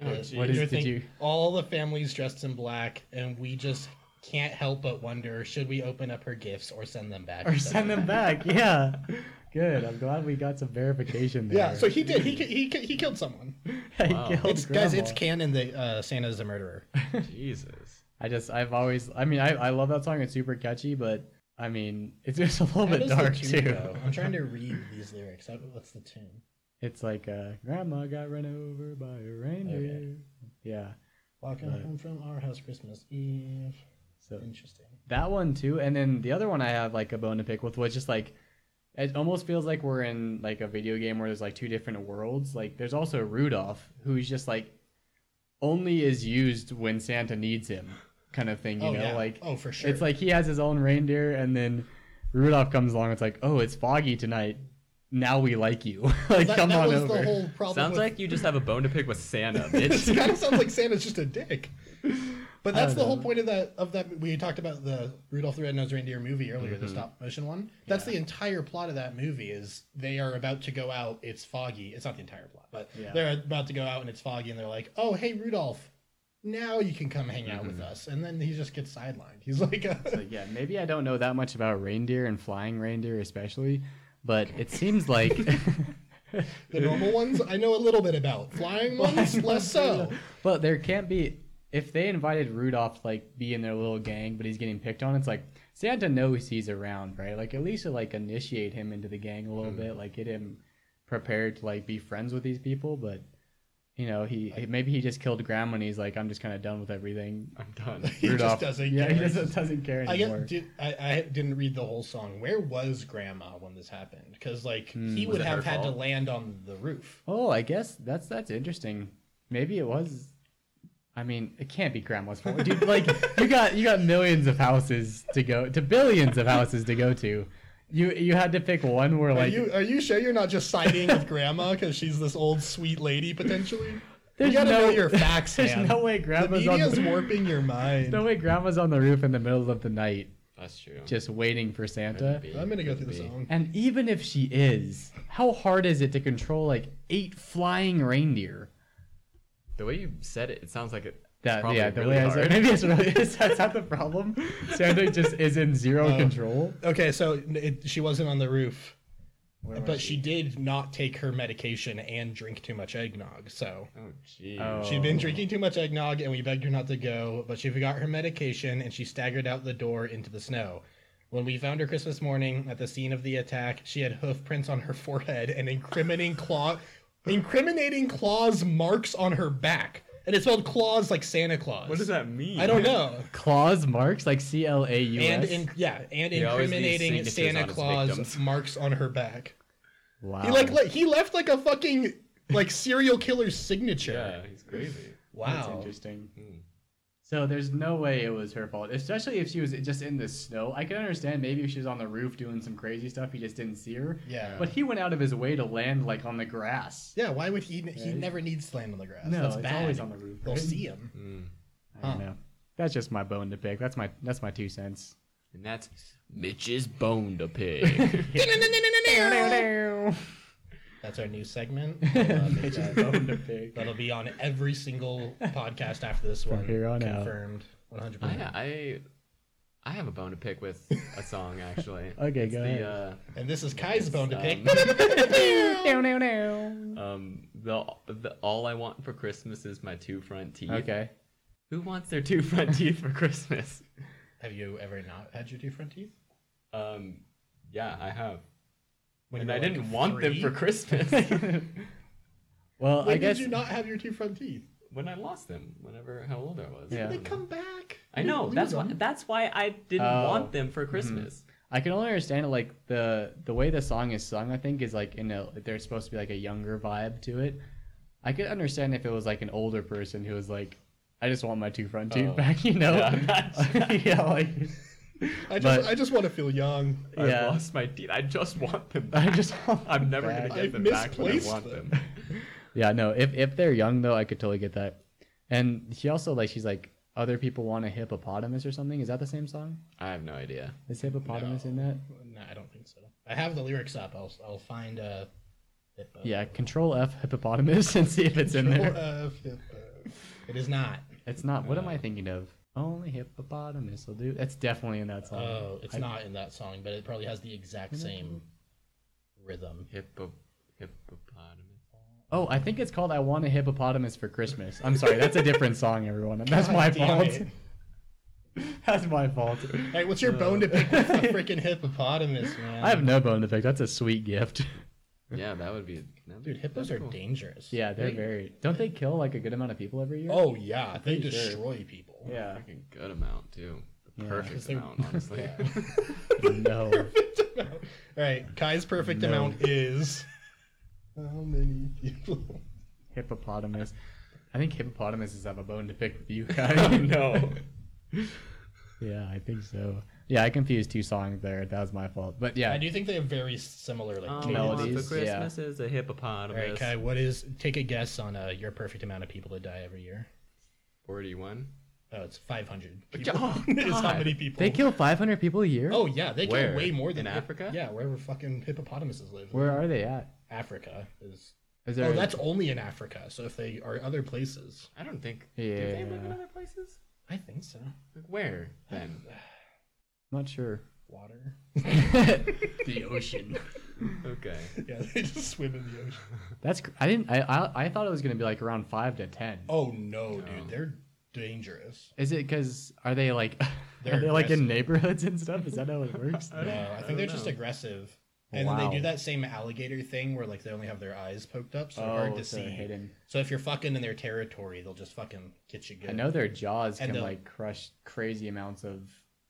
Oh,
Uh,
geez.
What is-
you're
did
thinking-
you-
All the families dressed in black, and we just can't help but wonder: should we open up her gifts or send them back?
Or send them back. Yeah. Good. I'm glad we got some verification there.
Yeah. So he did. He he he killed someone.
He
Wow.
killed
It's guys. It's
Oh, grandma.
canon that uh, Santa's a murderer.
Jesus.
I just I've always I mean I I love that song. It's super catchy, but I mean it's just a little
How
bit
does the
dark
tune
too.
go? I'm trying to read these lyrics. How- What's the tune?
It's like uh, grandma got run over by a reindeer. Yeah.
Walking
Right.
home from our house Christmas Eve.
So
Interesting.
that one too, and then the other one I have like a bone to pick with was just like it almost feels like we're in like a video game where there's like two different worlds. Like there's also Rudolph who's just like only is used when Santa needs him kind of thing, you
oh
know?
yeah.
Like
oh for sure.
it's like he has his own reindeer and then Rudolph comes along, it's like, Oh, it's foggy tonight. Now we like you. like
that,
come
that
on
was
over.
the whole problem.
Sounds
with-
like you just have a bone to pick with Santa,
This
bitch.
kind of sounds like Santa's just a dick. But
I
that's
don't
the whole
know.
point of that of that we talked about the Rudolph the Red-Nosed Reindeer movie earlier,
Mm-hmm.
the stop motion one. That's the entire plot of that movie is they are about to go out, it's foggy. It's not the entire plot, but
Yeah.
they're about to go out and it's foggy and they're like, "Oh, hey Rudolph, now you can come hang out with
Mm-hmm.
us." And then he just gets sidelined. He's like,
But yeah, maybe I don't know that much about reindeer and flying reindeer especially, but it seems like
"The normal ones I know a little bit about. Flying ones less so."
But there can't be if they invited Rudolph to, like be in their little gang, but he's getting picked on. It's like Santa knows he's around, right? Like at least to like initiate him into the gang a little
Hmm.
bit, like get him prepared to like be friends with these people. But you know, he he- maybe he just killed Grandma and he's like, I'm just kind of done with everything.
I'm done.
He just doesn't
yeah, he
care.
doesn't, doesn't care
I,
anymore.
get, did, I I didn't read the whole song. Where was Grandma when this happened? Because like he
Hmm, Was
would
it her
have had to
fault?
land on the roof.
oh, I guess that's that's interesting. Maybe it was. I mean, it can't be grandma's fault, dude. Like you got you got millions of houses to go to, billions of houses to go to. You you had to pick one where
Are
like
you are you sure you're not just siding with Grandma because she's this old sweet lady potentially?
There's
you gotta
no-
know your facts,
there's
man.
no way
the
grandma's on
media's
the,
warping your mind.
no way grandma's on the roof in the middle of the night
That's true.
just uh, waiting for Santa.
Couldn't be.
I'm gonna go through
Couldn't
the
be.
song.
And even if she is, how hard is it to control like eight flying reindeer?
The way you said it, it sounds like it.
That
probably
yeah, the
really
way I said-
hard.
maybe it's really is that's not the problem. Santa just is in zero
Oh.
control.
Okay, so it, she wasn't on the roof,
Where
but she did not take her medication and drink too much eggnog. So
Oh, jeez.
Oh.
She'd been drinking too much eggnog, and we begged her not to go, but she forgot her medication and she staggered out the door into the snow. When we found her Christmas morning at the scene of the attack, she had hoof prints on her forehead and incriminating claw, incriminating claws marks on her back, and it spelled claws like Santa Claus.
What does that mean?
I don't know.
claws marks like C L A U S.
And in, yeah, and
He always needs
incriminating
signatures on
Santa
his
Claus
victims.
marks on her back.
wow.
He like le- he left like a fucking like serial killer's signature.
Yeah, he's crazy.
Wow.
That's interesting. So there's no way it was her fault, especially if she was just in the snow. I can understand maybe if she was on the roof doing some crazy stuff, he just didn't see her.
Yeah.
But he went out of his way to land like on the grass.
Yeah, why would he? He
Right.
never needs to land on the grass.
No,
That's
it's
bad.
always on the roof,
They'll
right?
see him.
Mm.
I don't
Huh.
know. That's just my bone to pick. That's my that's my two cents.
And that's Mitch's bone to pick.
That's our new segment. We'll, uh, make that-
bone to pick.
That'll be on every single podcast after this one.
here on out.
confirmed, one hundred
I,
percent.
I I have a bone to pick with a song actually.
Okay,
it's
go
the,
ahead.
Uh,
And this is Kai's bone to pick.
um, the, the all I want for Christmas is my two front teeth.
Okay.
Who wants their two front teeth for Christmas?
Have you ever not had your two front teeth?
Um, yeah, I have.
When
and
you
I
were, like,
didn't want them
three?
for Christmas.
Well,
When
I guess
did you not have your two front teeth?
when I lost them, whenever how old I was.
Yeah.
They come back.
I
You
know.
lose
That's why.
them.
That's why I didn't
Oh.
want them for Christmas.
I can only understand it like the the way the song is sung. I think is like in a there's supposed to be like a younger vibe to it. I could understand if it was like an older person who was like, I just want my two front teeth
Oh.
back. You know?
Yeah.
yeah like
I just,
but-
I just want to feel young.
Yeah.
I lost my teeth. I just want them.
I
back.
just want
I'm
them
never
back.
gonna get
I
them back when I
misplaced
want
them.
them.
Yeah, no. If if they're young though, I could totally get that. And she also like she's like other people want a hippopotamus or something. Is that the same song?
I have no idea.
Is hippopotamus
No.
in that?
No, I don't think so. I have the lyrics up. I'll I'll find uh, hippo.
Yeah, Control F hippopotamus and see if it's in
Control
there.
F,
uh,
hippo. It is not.
It's not. What am I thinking of? Only hippopotamus will do. That's definitely in that song.
Oh, it's
Uh, I- Mm-hmm.
not in that song, but it probably has the exact same rhythm.
Hippo, hippopotamus.
Oh, I think it's called "I Want a Hippopotamus for Christmas." I'm sorry, that's a different song, everyone. and That's my
Damn
fault.
it.
That's my fault.
Hey, what's your bone to pick with the freaking hippopotamus, man?
I have no bone to pick. That's a sweet gift.
Yeah, that would be. That
Dude, hippos are dangerous.
yeah, they're very. Don't they kill like a good amount of people every year?
Oh yeah, they
pretty sure.
destroy people.
yeah.
Freaking good amount too. The
Yeah.
perfect
'Cause they-
amount, honestly.
No.
All right, Kai's perfect amount is how many people?
Hippopotamus. I think hippopotamuses have a bone to pick with you guys.
no.
yeah, I think so. Yeah, I confused two songs there. That was my fault. But yeah,
I do think they have very similar like
All
cadence.
I want
Um, Melodies,
for
yeah.
Christmas is a
All right,
hippopotamus.
Kai, what is? Take a guess on uh, your perfect amount of people that die every year.
Forty-one.
Oh, it's 500.
Oh,
is how
God.
many people?
they kill 500 people a year.
Oh yeah, they
Where?
kill way more than
In Africa?
Yeah, wherever fucking hippopotamuses live.
Where are they at?
Africa is.
Is there?
Oh, that's only in Africa. So if they are other places,
I don't think. Do they live in
yeah.
other places?
I think so.
Like where then?
Not sure.
Water.
The ocean.
Okay.
Yeah, they just swim in the ocean.
That's. cr- I didn't. I. I, I thought it was gonna be like around five to ten.
Oh no, dude, they're dangerous.
Is it because are they like?
They're
are they like in
aggressive.
neighborhoods and stuff? Is that how it works?
No, Uh, I think they're just aggressive. And then they do that same alligator thing where like they only have their eyes poked up, so they're
Oh,
hard to
so
see.
they're hidden.
So if you're fucking in their territory, they'll just fucking get you good.
I know their jaws
And
can
they'll-
like crush crazy amounts of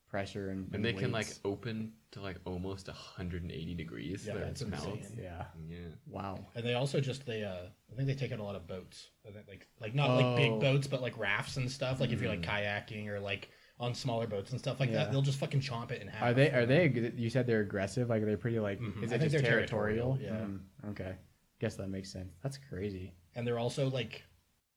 pressure and.
And they can like
weights.
open to like almost 180 degrees.
Yeah,
their
that's
mouths.
insane.
Yeah.
Yeah.
Wow.
And they also just they uh I think they take out a lot of boats. I think like like not like
Oh. Hmm.
big boats, but like rafts and stuff. Like if you're like kayaking or like on smaller boats and stuff like
Yeah.
that, they'll just fucking chomp it in half.
Are they? Are they? You said they're aggressive. Like are they pretty like? Is
Mm-hmm. I
it
think
just
they're
territorial?
territorial, yeah.
Mm, okay. Guess that makes sense. That's crazy.
and they're also like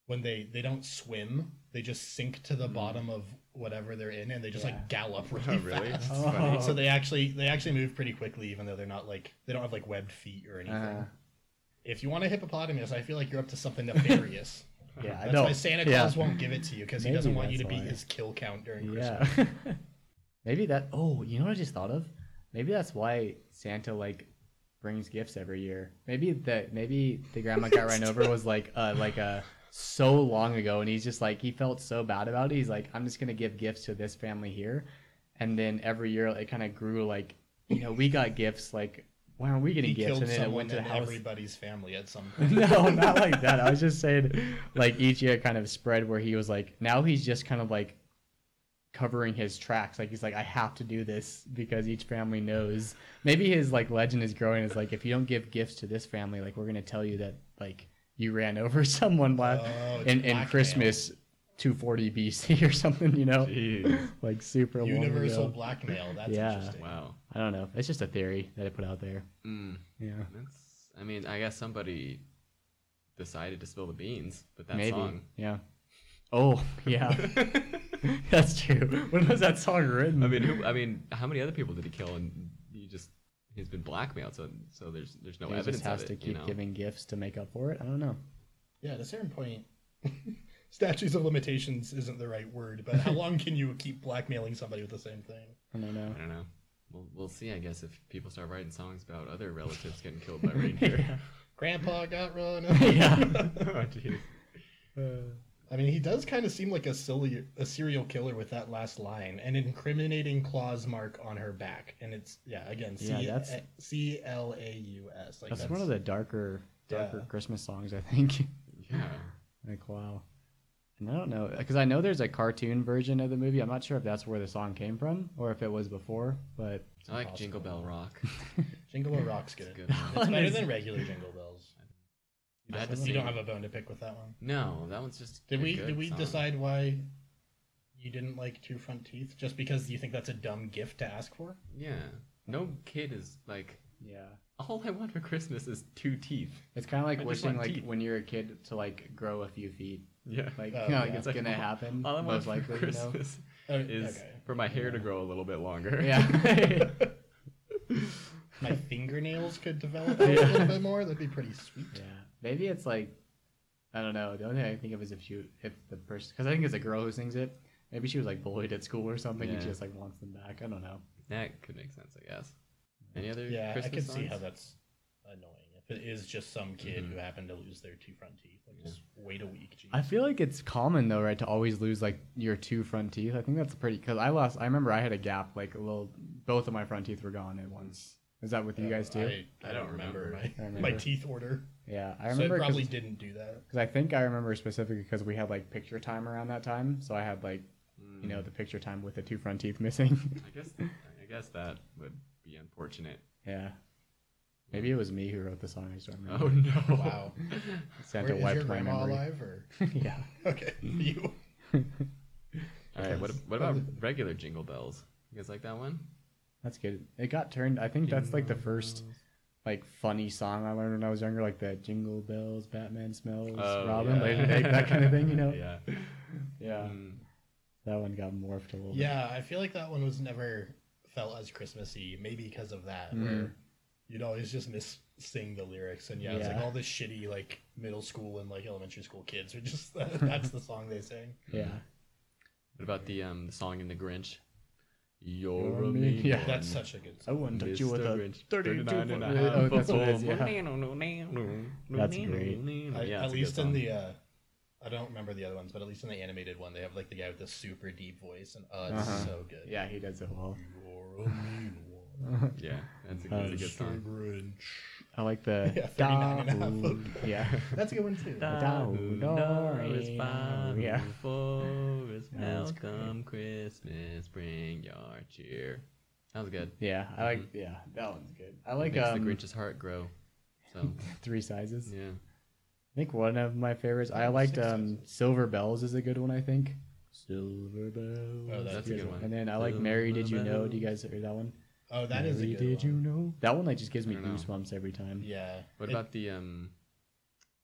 when they they don't swim, they just sink to the bottom of whatever they're in, and they just
Hmm. Yeah.
like gallop
Oh,
really,
really?
fast.
That's funny.
So they actually they actually move pretty quickly, even though they're not like they don't have like webbed feet or anything.
Uh,
If you want a hippopotamus, I feel like you're up to something nefarious.
yeah. I
That's
know.
why Santa
Yeah.
Claus won't give it to you because he
Maybe
doesn't want you to
that's
beat
why.
his kill count during Christmas.
Yeah. Maybe that. Oh, you know what I just thought of? Maybe that's why Santa like brings gifts every year. Maybe that. Maybe the grandma got run over was like uh like a so long ago, and he's just like he felt so bad about it. He's like, I'm just gonna give gifts to this family here, and then every year it kind of grew like you know we got gifts like why aren't we getting
He
gifts?
killed
And then it
someone
went to
in
the house.
everybody's family at some point.
no, not like that. I was just saying, like each year kind of spread where he was like, now he's just kind of like covering his tracks. Like he's like, I have to do this because each family knows. Maybe his like legend is growing. Is like, if you don't give gifts to this family, like we're gonna tell you that like you ran over someone last
Oh, it's
in, in
blackmail.
Christmas 240 BC or something, you know?
Jeez.
Like super long
Universal
ago.
blackmail. That's
Yeah.
interesting.
Wow.
I don't know. It's just a theory that I put out there.
Mm,
Yeah.
that's. I mean, I guess somebody decided to spill the beans with that
Maybe.
song.
Yeah. Oh, yeah. That's true. When was that song written?
I mean, who, I mean, how many other people did he kill? And he just he's been blackmailed, so so there's there's no
he
evidence
just has
of it.
to
you
keep
know?
giving gifts to make up for it. I don't know.
Yeah, at a certain point, statutes of limitations isn't the right word, but how long can you keep blackmailing somebody with the same thing?
I don't know.
I don't know. We'll, we'll see, I guess, if people start writing songs about other relatives getting killed by reindeer.
Grandpa got run.
Yeah.
oh, jeez.
I mean, he does kind of seem like a silly, a serial killer with that last line, an incriminating claws mark on her back, and it's yeah, again, C E, eh,
Yeah, that's-
C L A U S. Like
That's, one of the darker, darker
Yeah.
Christmas songs, I think.
Yeah.
like wow. And I don't know because I know there's a cartoon version of the movie. I'm not sure if that's where the song came from or if it was before, but
I like Jingle Bell Rock.
Jingle Bell Rock's good.
Good one.
It's better than regular Jingle Bells.
I had to
You
sing.
don't have a bone to pick with that one.
No, that one's just.
Did
a
we
good
did we
song.
decide why you didn't like two front teeth just because you think that's a dumb gift to ask for?
Yeah. No kid is like.
yeah,
All I want for Christmas is two teeth.
it's kind of like
I just
wishing
want
like
teeth.
when you're a kid to like grow a few feet.
Yeah.
Like,
Oh,
you know, like
yeah.
it's gonna happen
all I want
most
for
likely. You know?
Christmas
Oh,
is
okay.
for my hair to grow a little bit longer.
Yeah.
My fingernails could develop out a little bit more. That'd be pretty sweet.
Yeah, maybe it's like I don't know. The only thing I can think of is if she, if the person, because I think it's a girl who sings it. Maybe she was like bullied at school or something, and she
Yeah.
just like wants them back. I don't know.
That could make sense, I guess. Any other
Yeah,
Christmas
I can see
songs?
how that's annoying. If it is just some kid who happened to lose their two front teeth, like just wait a week. Geez.
Mm-hmm. I feel like it's common though, right, to always lose like your two front teeth. I think that's pretty. Because I lost. I remember I had a gap, like a little. Both of my front teeth were gone at once. Is that with you guys too?
I,
I don't remember.
my,
I remember.
my teeth order.
yeah, I
so
remember.
it
because
probably didn't do that.
I think I remember specifically because we had like picture time around that time, so I had like, you
Mm.
know, the picture time with the two front teeth missing.
I guess I guess that would be unfortunate.
yeah, maybe it was me who wrote the song. I just don't remember.
Mm. Oh no!
Wow.
Sent
Where-
to
is
wipe
your
my
grandma
memory.
alive or?
yeah. Mm-hmm.
Okay, you.
All right. What, what about regular Jingle Bells? You guys like that one?
That's good. It got turned. I think that's like the first like funny song I learned when I was younger, like the Jingle Bells, Batman Smells, Robin,
Oh, yeah.
Lady Lake, that kind of thing, you know?
yeah.
Yeah.
Mm,
That one got morphed a little
Yeah, I feel like that one was never felt as Christmassy, maybe because of that,
Mm.
where you'd always just miss sing the lyrics, and yeah, it's like
Yeah.
all the shitty like middle school and like elementary school kids are just that's the song they sing.
bit. Yeah.
What about the um the song in the Grinch? You're,
You're
a
a
mean
mean- yeah.
one,
That's such a good
I
song.
wouldn't Oh, touch you with
Mr.
a
Grinch,
32
39 and a
foot-
half
Oh, that's what it is,
foot.
yeah. That's great.
Yeah,
I, at
it's a good
least in
song.
the uh, I don't remember the other ones, but at least in the animated one, they have like the guy with the super deep voice, and uh, it's
Uh-huh.
so good.
Yeah, he does it well.
You're a mean one,
yeah, that's a, that's a good
Mr.
song.
Grinch.
I like the
Yeah, 39 and a half
Dao- Yeah.
That's a good one too.
Dao- Dao-
Doris
Dao- Yeah.
Forest,
That was
welcome Christmas, bring your cheer. That was good.
Yeah, I like yeah, that one's good. I like
Like Mm-hmm. makes
um,
the Grinch's heart grow. So
three sizes.
yeah,
I think one of my favorites. I liked
Six
um, Silver Bells is a good one. I think. Silver
Oh,
Bells.
that's
that's a good one.
And then I like Mary. Did you know? Do you guys hear that one?
Oh, that is a
Mary,
good
Did
one.
you know? That one like just gives me
I don't know.
goosebumps every time.
Yeah.
What
It-
about the um,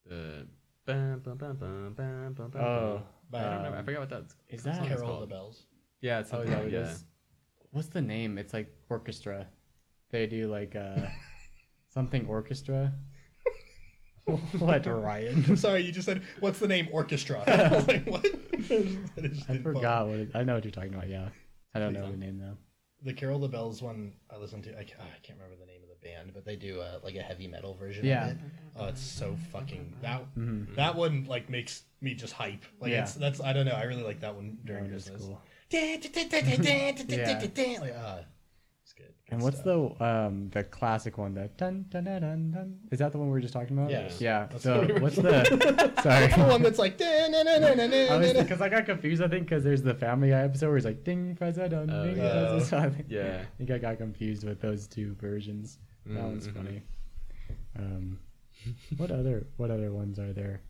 the? bum, bum, bum, bum, bum, bum, bum,
Oh,
bum. I don't remember. I
um,
forgot what that's.
is
what
that-
uh, song it's
Carol of the
called.
Bells?
Yeah, it's
Oh, is
something.
that what it
yeah.
is? What's the name? It's like orchestra. They do like uh, something orchestra. what Ryan?
I'm sorry, you just said what's the name orchestra? I was like, what? That just
I
didn't follow.
forgot what it, I know what you're talking about. Yeah, I don't know
Please
the name though.
The Carol of the Bells one I listened to. I, ca- I can't remember the name of the band, but they do uh, like a heavy metal version.
Yeah. Mm-hmm.
Of it. Oh, it's so fucking that that one like makes me just hype. Like
Yeah.
it's, that's I don't know. I really like that one during
That one is
Christmas.
cool.
Yeah. Like, ah, it's good.
And what's the um the classic one? The dun dun dun dun. dun. Is that the one we were just talking about?
Yeah.
Yeah.
That's
so
what we were-
what's the?
the
sorry.
one that's like da, na, na, na, na, na, na, na.
Because I got confused, I think, because there's the Family Guy episode where he's like, "Ding, president,
Oh,
ding,
yeah.
president." So I think,
Yeah.
I think I got confused with those two versions. That
Mm,
one's
mm-hmm.
funny. Um, what other what other ones are there?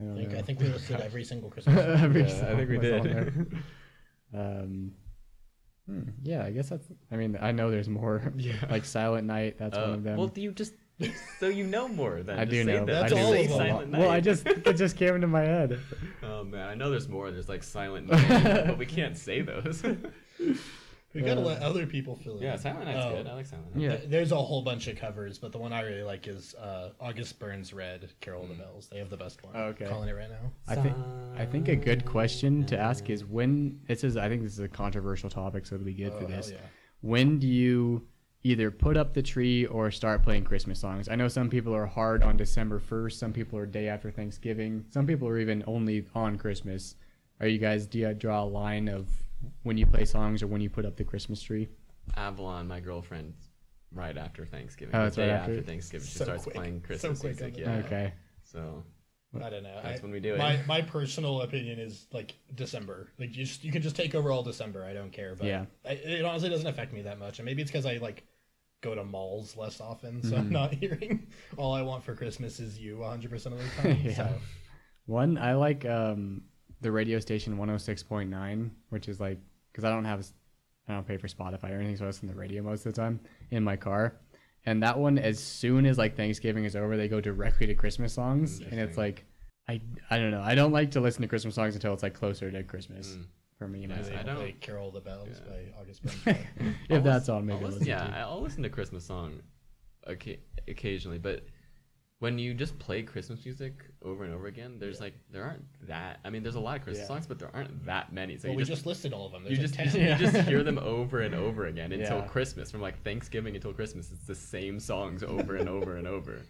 I
I
don't
think,
know.
I think we listed every single Christmas.
Every
Yeah, I
song
think we
was on
did.
there. um, hmm, yeah, I guess that's. I mean, I know there's more.
Yeah.
like Silent Night. That's one
Uh,
of them.
well, do you just so you know more than
I
just
do
say
know.
That.
I
That's
do
all
know.
say
of them.
Silent
Well, I
Night.
just it just came into my head.
Oh man, I know there's more. There's like Silent Night, but we can't say those.
we gotta let other people fill it.
yeah,
in.
Silent Night's
Oh.
good. I like Silent Night.
Yeah.
Th- There's a whole bunch of covers, but the one I really like is uh, August Burns Red, Carol
Hmm.
of the Bells. They have the best one.
Oh, okay.
Calling it right now.
I think I think a good question to ask is when this is. I think this is a controversial topic, so it'll be good for
Oh, hell
this.
yeah.
When do you either put up the tree or start playing Christmas songs? I know some people are hard on December first. Some people are day after Thanksgiving. Some people are even only on Christmas. Are you guys? Do you draw a line of when you play songs or when you put up the Christmas tree?
Avalon, my girlfriend, right after Thanksgiving.
Oh,
the
it's
day
right
after,
after?
Thanksgiving, she
So
starts
quick.
playing
So
Christmas
quick on
music.
the
Yeah.
Okay.
So
I don't know.
That's
I-
when we do it.
My my personal opinion is like December. Like you, just, you can just take over all December. I don't care. But
Yeah.
I, it honestly doesn't affect me that much. And maybe it's because I like go to malls less often, so
Mm-hmm.
I'm not hearing all I want for Christmas is you 100 percent of the time.
Yeah.
So
One, I like um, the radio station 106.9, which is like, because I don't have, I don't pay for Spotify or anything, so I listen to the radio most of the time in my car. And that one, as soon as like Thanksgiving is over, they go directly to Christmas songs. And it's
Interesting.
like, I, I don't know. I don't like to listen to Christmas songs until it's like closer to Christmas for me.
Mm. Yeah,
myself.
I
I
don't
don't-
like Carol of the Bells by August Burns. Red.
if
I'll
that's
lis-
on, maybe
I'll
I'll
listen-
listen
yeah,
to it.
I'll listen to Christmas song, oca- occasionally. But when you just play Christmas music over and over again, there's like there aren't that. I mean, there's a lot of Christmas
Yeah.
songs, but there aren't that many. So
well,
you
we
just,
just listed all of them.
you
There's
just
like 10.
you just hear them over and over again until
Yeah.
Christmas. From like Thanksgiving until Christmas, it's the same songs over and over and over.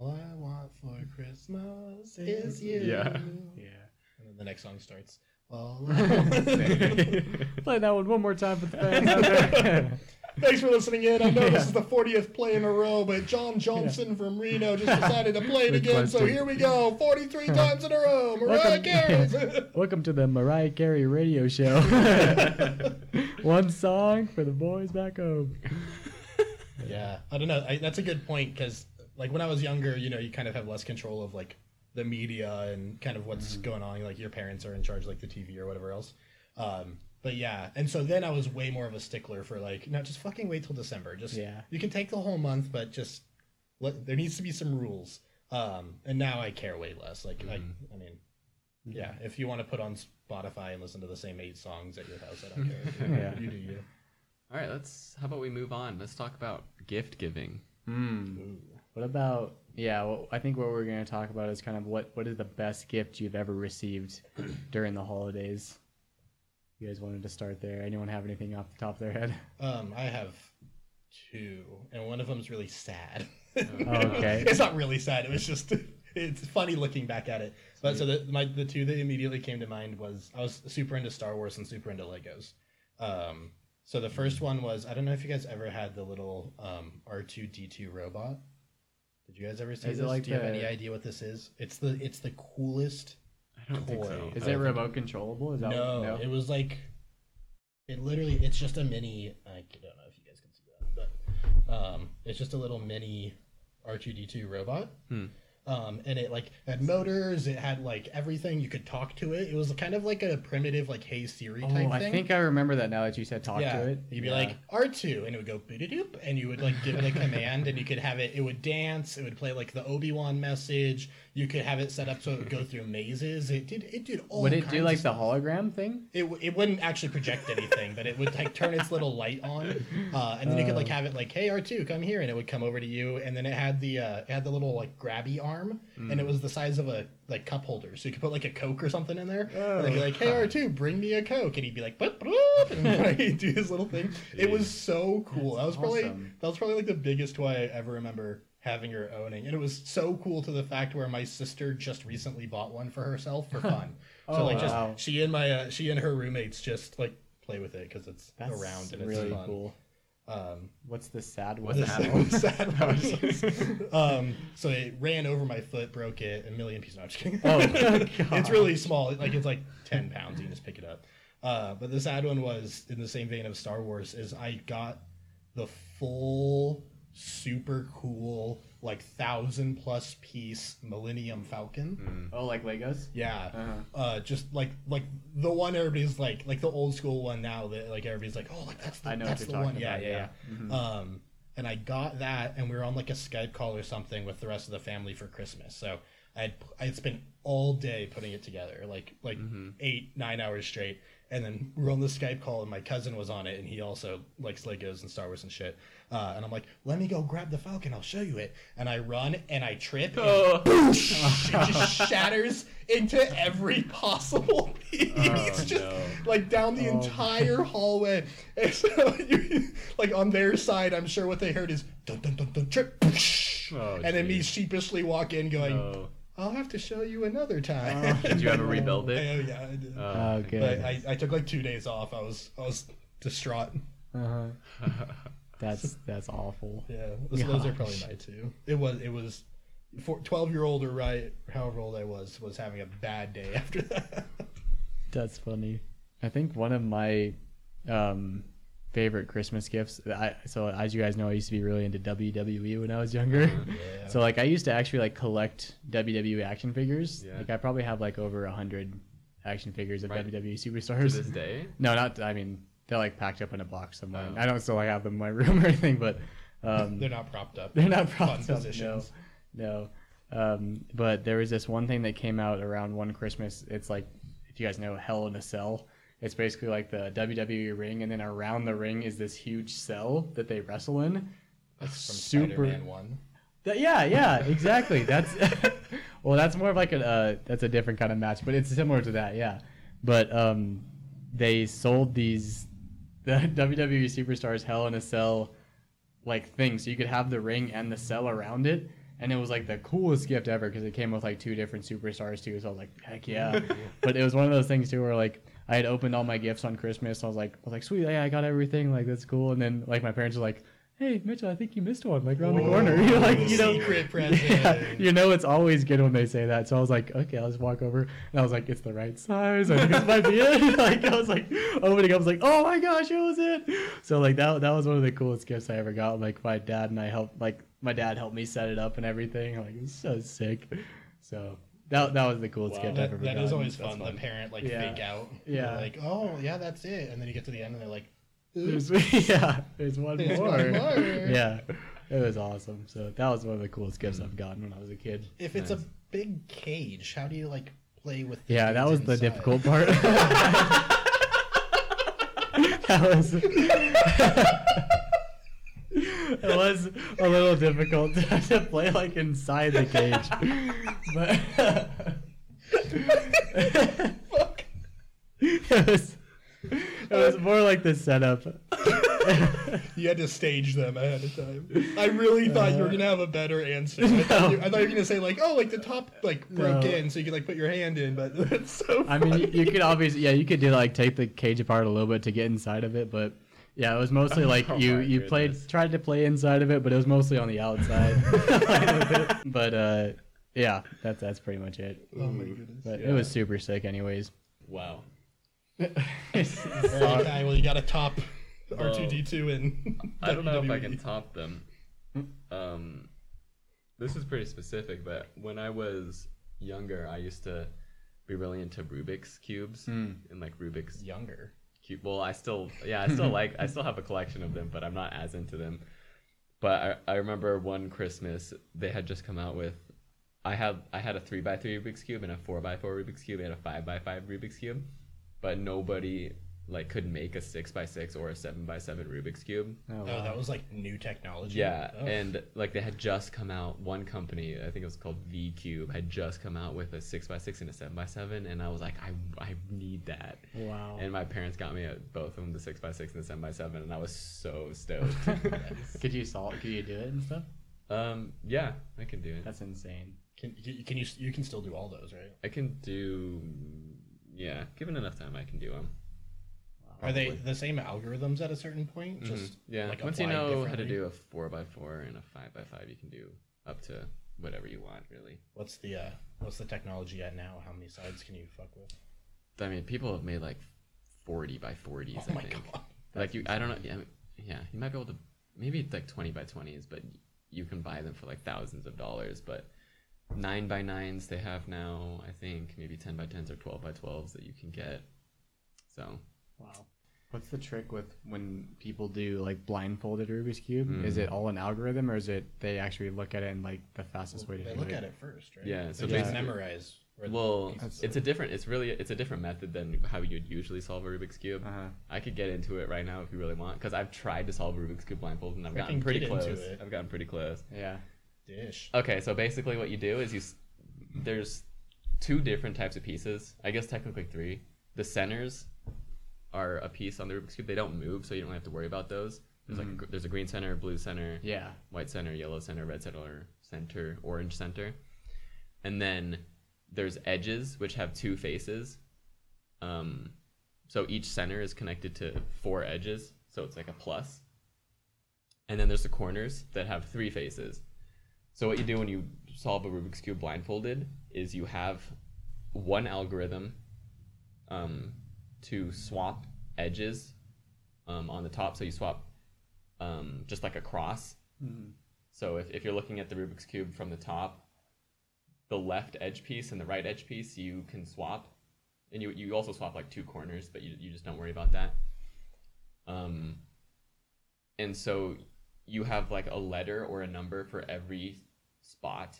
All I want for Christmas is you.
Yeah.
Yeah.
And then the next song starts. All
Play that one one more time for the fans out there.
Thanks for listening in. I know this is the 40th play in a row, but John Johnson from Reno just decided to play it again. So
Requested.
here we go, 43 times in a row. Mariah
Welcome-
Carey.
Welcome to the Mariah Carey radio show. One song for the boys back home.
yeah, I don't know. I, that's a good point because, like, when I was younger, you know, you kind of have less control of like the media and kind of
Mm-hmm.
what's going on. Like your parents are in charge, like the TV or whatever else. Um, but yeah, and so then I was way more of a stickler for like, no, just fucking wait till December. Just
Yeah.
you can take the whole month, but just let, there needs to be some rules. Um, and now I care way less. Like
Mm-hmm.
I, I mean, yeah, if you want to put on Spotify and listen to the same eight songs at your house, I don't care.
Yeah.
You do you.
All right, let's. How about we move on? Let's talk about gift giving.
What about yeah? Well, I think what we're going to talk about is kind of what what is the best gift you've ever received during the holidays. You guys wanted to start there. Anyone have anything off the top of their head?
Um, I have two, and one of them's really sad.
Oh, okay.
it's not really sad. It was just it's funny looking back at it. But so the my the two that immediately came to mind was I was super into Star Wars and super into Legos. Um, so the first one was I don't know if you guys ever had the little um R two D two robot. Did you guys ever see
Is it
this?
like
Do you have
the-
any idea what this is? It's the it's the coolest
I don't think
Toy.
so.
Is it remote controllable? Is that
no, it was like it literally. It's just a mini. I don't know if you guys can see that, but um, it's just a little mini R two D two robot.
Hmm.
Um, and it like had motors. It had like everything. You could talk to it. It was kind of like a primitive like Hey Siri
Oh,
type
I
thing.
think I remember that now that you said talk
yeah,
to it.
you'd be
Yeah.
like R two, and it would go boop doop, and you would like give it a command, and you could have it. It would dance. It would play like the Obi Wan message. You could have it set up so it would go through mazes. It did. It did all.
would it
kinds
do
of
like the
stuff
hologram thing?
it, w- it wouldn't actually project anything, but it would like turn its little light on, uh, and then you could like have it like, "Hey R two, come here," and it would come over to you, and then it had the uh, it had the little like grabby arm, and
Mm.
it was the size of a like cup holder, so you could put like a coke or something in there, and
Oh.
it'd be like, "Hey R two, bring me a coke," and he'd be like, "Boop boop," and like, he'd do his little thing. It was so cool. that was probably
awesome.
that was probably like the biggest toy I ever remember having or owning, and it was so cool to the fact where my sister just recently bought one for herself for fun. so
Oh,
like just
wow.
she and my uh, she and her roommates just like play with it because it's
That's
around and it's
really
fun.
cool.
Um,
What's the sad one?
What's that
the sad
one?
sad one is, um, so it ran over my foot, broke it a million pieces. No, I'm just kidding.
Oh,
it's really small. Like it's like ten pounds. You can just pick it up. Uh, but the sad one was in the same vein of Star Wars. Is I got the full super cool like thousand plus piece Millennium Falcon.
Oh, like Legos?
Yeah.
Uh-huh.
Uh, just like like the one everybody's like like the old school one now that like everybody's like oh like that's the,
I know what
that's
you're
the
talking
one
about, Mm-hmm.
yeah yeah, yeah. um and I got that and we were on like a Skype call or something with the rest of the family for Christmas so I had I had spent all day putting it together like like
Mm-hmm.
eight nine hours straight and then we we're on the Skype call and my cousin was on it and he also likes Legos and Star Wars and shit uh, and I'm like let me go grab the Falcon I'll show you it and I run and I trip and it just shatters into every possible piece,
Oh,
just like down the entire hallway. And so, you, like on their side, I'm sure what they heard is dun dun dun dun trip, whoosh.
Oh,
and then me
geez.
sheepishly walk in, going,
Oh.
"I'll have to show you another time."
Did you ever rebuild
Oh,
it?
yeah, I did.
Oh,
thank
good.
but I, I took like two days off. I was I was distraught.
Uh-huh. That's that's awful.
Yeah, those, those are probably my two. It was it was. For 12 year old or right, however old I was, was having a bad day after that.
That's funny. I think one of my um, favorite Christmas gifts. I so as you guys know, I used to be really into WWE when I was younger.
Oh,
So like I used to actually like collect WWE action figures.
Yeah.
Like I probably have like over a hundred action figures of
Right.
WWE
To
superstars.
this day?
No, not. I mean, they're like packed up in a box somewhere.
Oh.
I don't still like, have them in my room or anything, but um,
They're not propped up.
They're not
Fun
propped up.
positions.
No, no. Um, but there was this one thing that came out around one Christmas. It's like, if you guys know, Hell in a Cell. It's basically like the WWE ring, and then around the ring is this huge cell that they wrestle in. That's
From
super.
Spider-Man One.
That- yeah, yeah, exactly. That's well, that's more of like a uh, that's a different kind of match, but it's similar to that. Yeah, but um, they sold these the WWE superstars Hell in a Cell like thing, so you could have the ring and the cell around it. And it was like the coolest gift ever because it came with like two different superstars too. So I was like, heck yeah! but it was one of those things too where like I had opened all my gifts on Christmas. So I was like, I was like, sweet, yeah, I got everything. Like that's cool. And then like my parents were like, hey, Mitchell, I think you missed one like around the corner. You're like, you know,
Secret present.
yeah, you know it's always good when they say that. So I was like, okay, I'll just walk over. And I was like, it's the right size. I think this might be it. like I was like opening up, I was like, oh my gosh, it was it. So like that that was one of the coolest gifts I ever got. Like my dad and I helped like my dad helped me set it up and everything. Like it was so sick. So that that was the coolest gift I've
That,
ever
that
gotten.
is always
That's
fun. The parent like
Yeah.
fake out.
Yeah.
They're like, oh yeah, that's it. And then you get to the end and they're like,
There's, yeah, there's one
There's
more.
one more.
yeah. It was awesome. So that was one of the coolest gifts I've gotten when I was a kid.
if it's a big cage, how do you like play with? the
Yeah, that was
dudes
the
inside?"
difficult part. that was. it was a little difficult to play like inside the cage, but
Fuck.
it was. It was more like the setup.
You had to stage them ahead of time. I really
Uh,
thought you were gonna have a better answer. I, thought you, I thought you were gonna say like, oh, like the top like broke
No.
in, so you could like put your hand in. But that's so.
I mean, you, you could obviously, yeah, you could do like take the cage apart a little bit to get inside of it, but yeah, it was mostly like
Oh
you
my
you played
goodness.
tried to play inside of it, but it was mostly on the outside. but uh, yeah, that's that's pretty much it.
oh my goodness.
But it was super sick, anyways.
Wow.
All right, okay, well, you got to top R two D two and.
I don't know if
E.
I can top them. Um, this is pretty specific, but when I was younger, I used to be really into Rubik's cubes and like Rubik's
Younger.
cube. Well, I still, yeah, I still like, I still have a collection of them, but I'm not as into them. But I, I remember one Christmas they had just come out with. I had I had a three by three Rubik's cube and a four by four Rubik's cube and a five by five Rubik's cube, but nobody like could make a six by six or a seven by seven Rubik's cube.
Oh, that was like new technology.
Yeah,
Oh.
and like they had just come out. One company, I think it was called V Cube, had just come out with a six x six and a seven x seven, and I was like, I, I need that.
Wow.
And my parents got me a, both of them, the six x six and the seven x seven, and I was so stoked.
Could you solve? Could you do it and stuff?
um, yeah, I can do it.
That's insane.
Can, you- can you you can still do all those, right?
I can do. Yeah, given enough time, I can do them.
Are they the same algorithms at a certain point? Just
Mm-hmm. Yeah,
like
once you
applied
know how to
differently?
do a four x four and a five x five, you can do up to whatever you want, really.
What's the uh, what's the technology at now? How many sides can you fuck with?
I mean, people have made like forty by forties.
Oh
I
my
think.
God.
Like you, I don't know. Yeah, I mean, yeah, you might be able to maybe it's like twenty by twenties, but you can buy them for like thousands of dollars. But nine by nines they have now, I think maybe ten by tens or twelve by twelves that you can get. So
Wow. What's the trick with when people do like blindfolded Rubik's cube? Is it all an algorithm, or is it they actually look at it and like the fastest way to
They
do
look
it?
at it first, right?
Yeah, so
so they just
basically-
memorize. where the
well,
pieces
it's a different. It's really it's a different method than how you'd usually solve a Rubik's cube.
Uh-huh.
I could get into it right now if you really want, because I've tried to solve a Rubik's cube blindfold and I've
We
gotten
can
pretty
get into
close.
it.
I've gotten pretty close.
Yeah.
dish.
Okay, so basically what you do is you s- there's two different types of pieces. I guess technically three. The centers are a piece on the Rubik's cube. They don't move, so you don't really have to worry about those. There's like a gr- there's a green center, blue center,
Yeah.
white center, yellow center, red center, center, orange center. And then there's edges which have two faces. Um, so each center is connected to four edges, so it's like a plus. And then there's the corners that have three faces. So what you do when you solve a Rubik's cube blindfolded is you have one algorithm um, to swap edges um, on the top. So you swap um, just like a cross.
Mm-hmm.
So if, if you're looking at the Rubik's Cube from the top, the left edge piece and the right edge piece you can swap. And you, you also swap like two corners, but you, you just don't worry about that. Um, and so you have like a letter or a number for every spot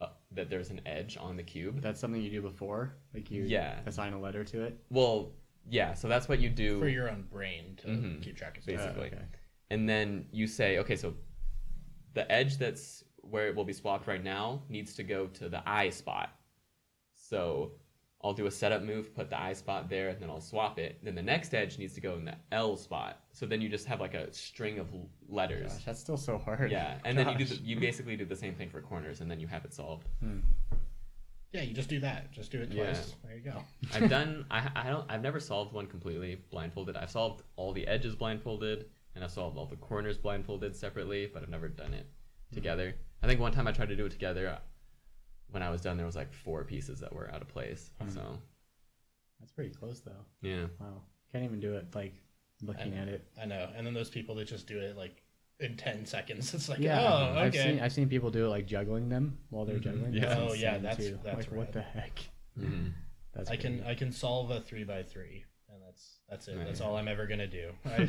uh, that there's an edge on the cube.
That's something you do before, like you
Yeah.
assign a letter to it.
well, yeah, so that's what you do.
For your own brain to
Mhm.
keep track of stuff.
oh. basically.
okay.
And then you say, okay, so the edge that's where it will be swapped right now needs to go to the eye spot. So I'll do a setup move, put the eye spot there, and then I'll swap it. Then the next edge needs to go in the L spot. So then you just have like a string of l- letters.
Gosh, that's still so hard.
Yeah, and then you do
Gosh.
the, you basically do the same thing for corners, and then you have it solved.
Yeah, you just do that. Just do it
Yeah.
twice. There you go.
I've done. I, I don't. I've never solved one completely blindfolded. I've solved all the edges blindfolded, and I've solved all the corners blindfolded separately, but I've never done it together. I think one time I tried to do it together. uh, When I was done, there was like four pieces that were out of place. So
That's pretty close though.
yeah,
Wow. Can't even do it like looking at it.
I know. And then those people that just do it like in ten seconds. It's like,
Yeah.
oh,
I've
okay.
seen I've seen people do it like juggling them while they're juggling.
Yeah.
That's
Oh, yeah,
insane,
that's-
too.
that's
like what
rad. Mm-hmm.
the heck.
Mhm.
That's
I can
crazy.
I can solve a three by three, and that's that's it.
Right.
That's all I'm ever gonna do. I,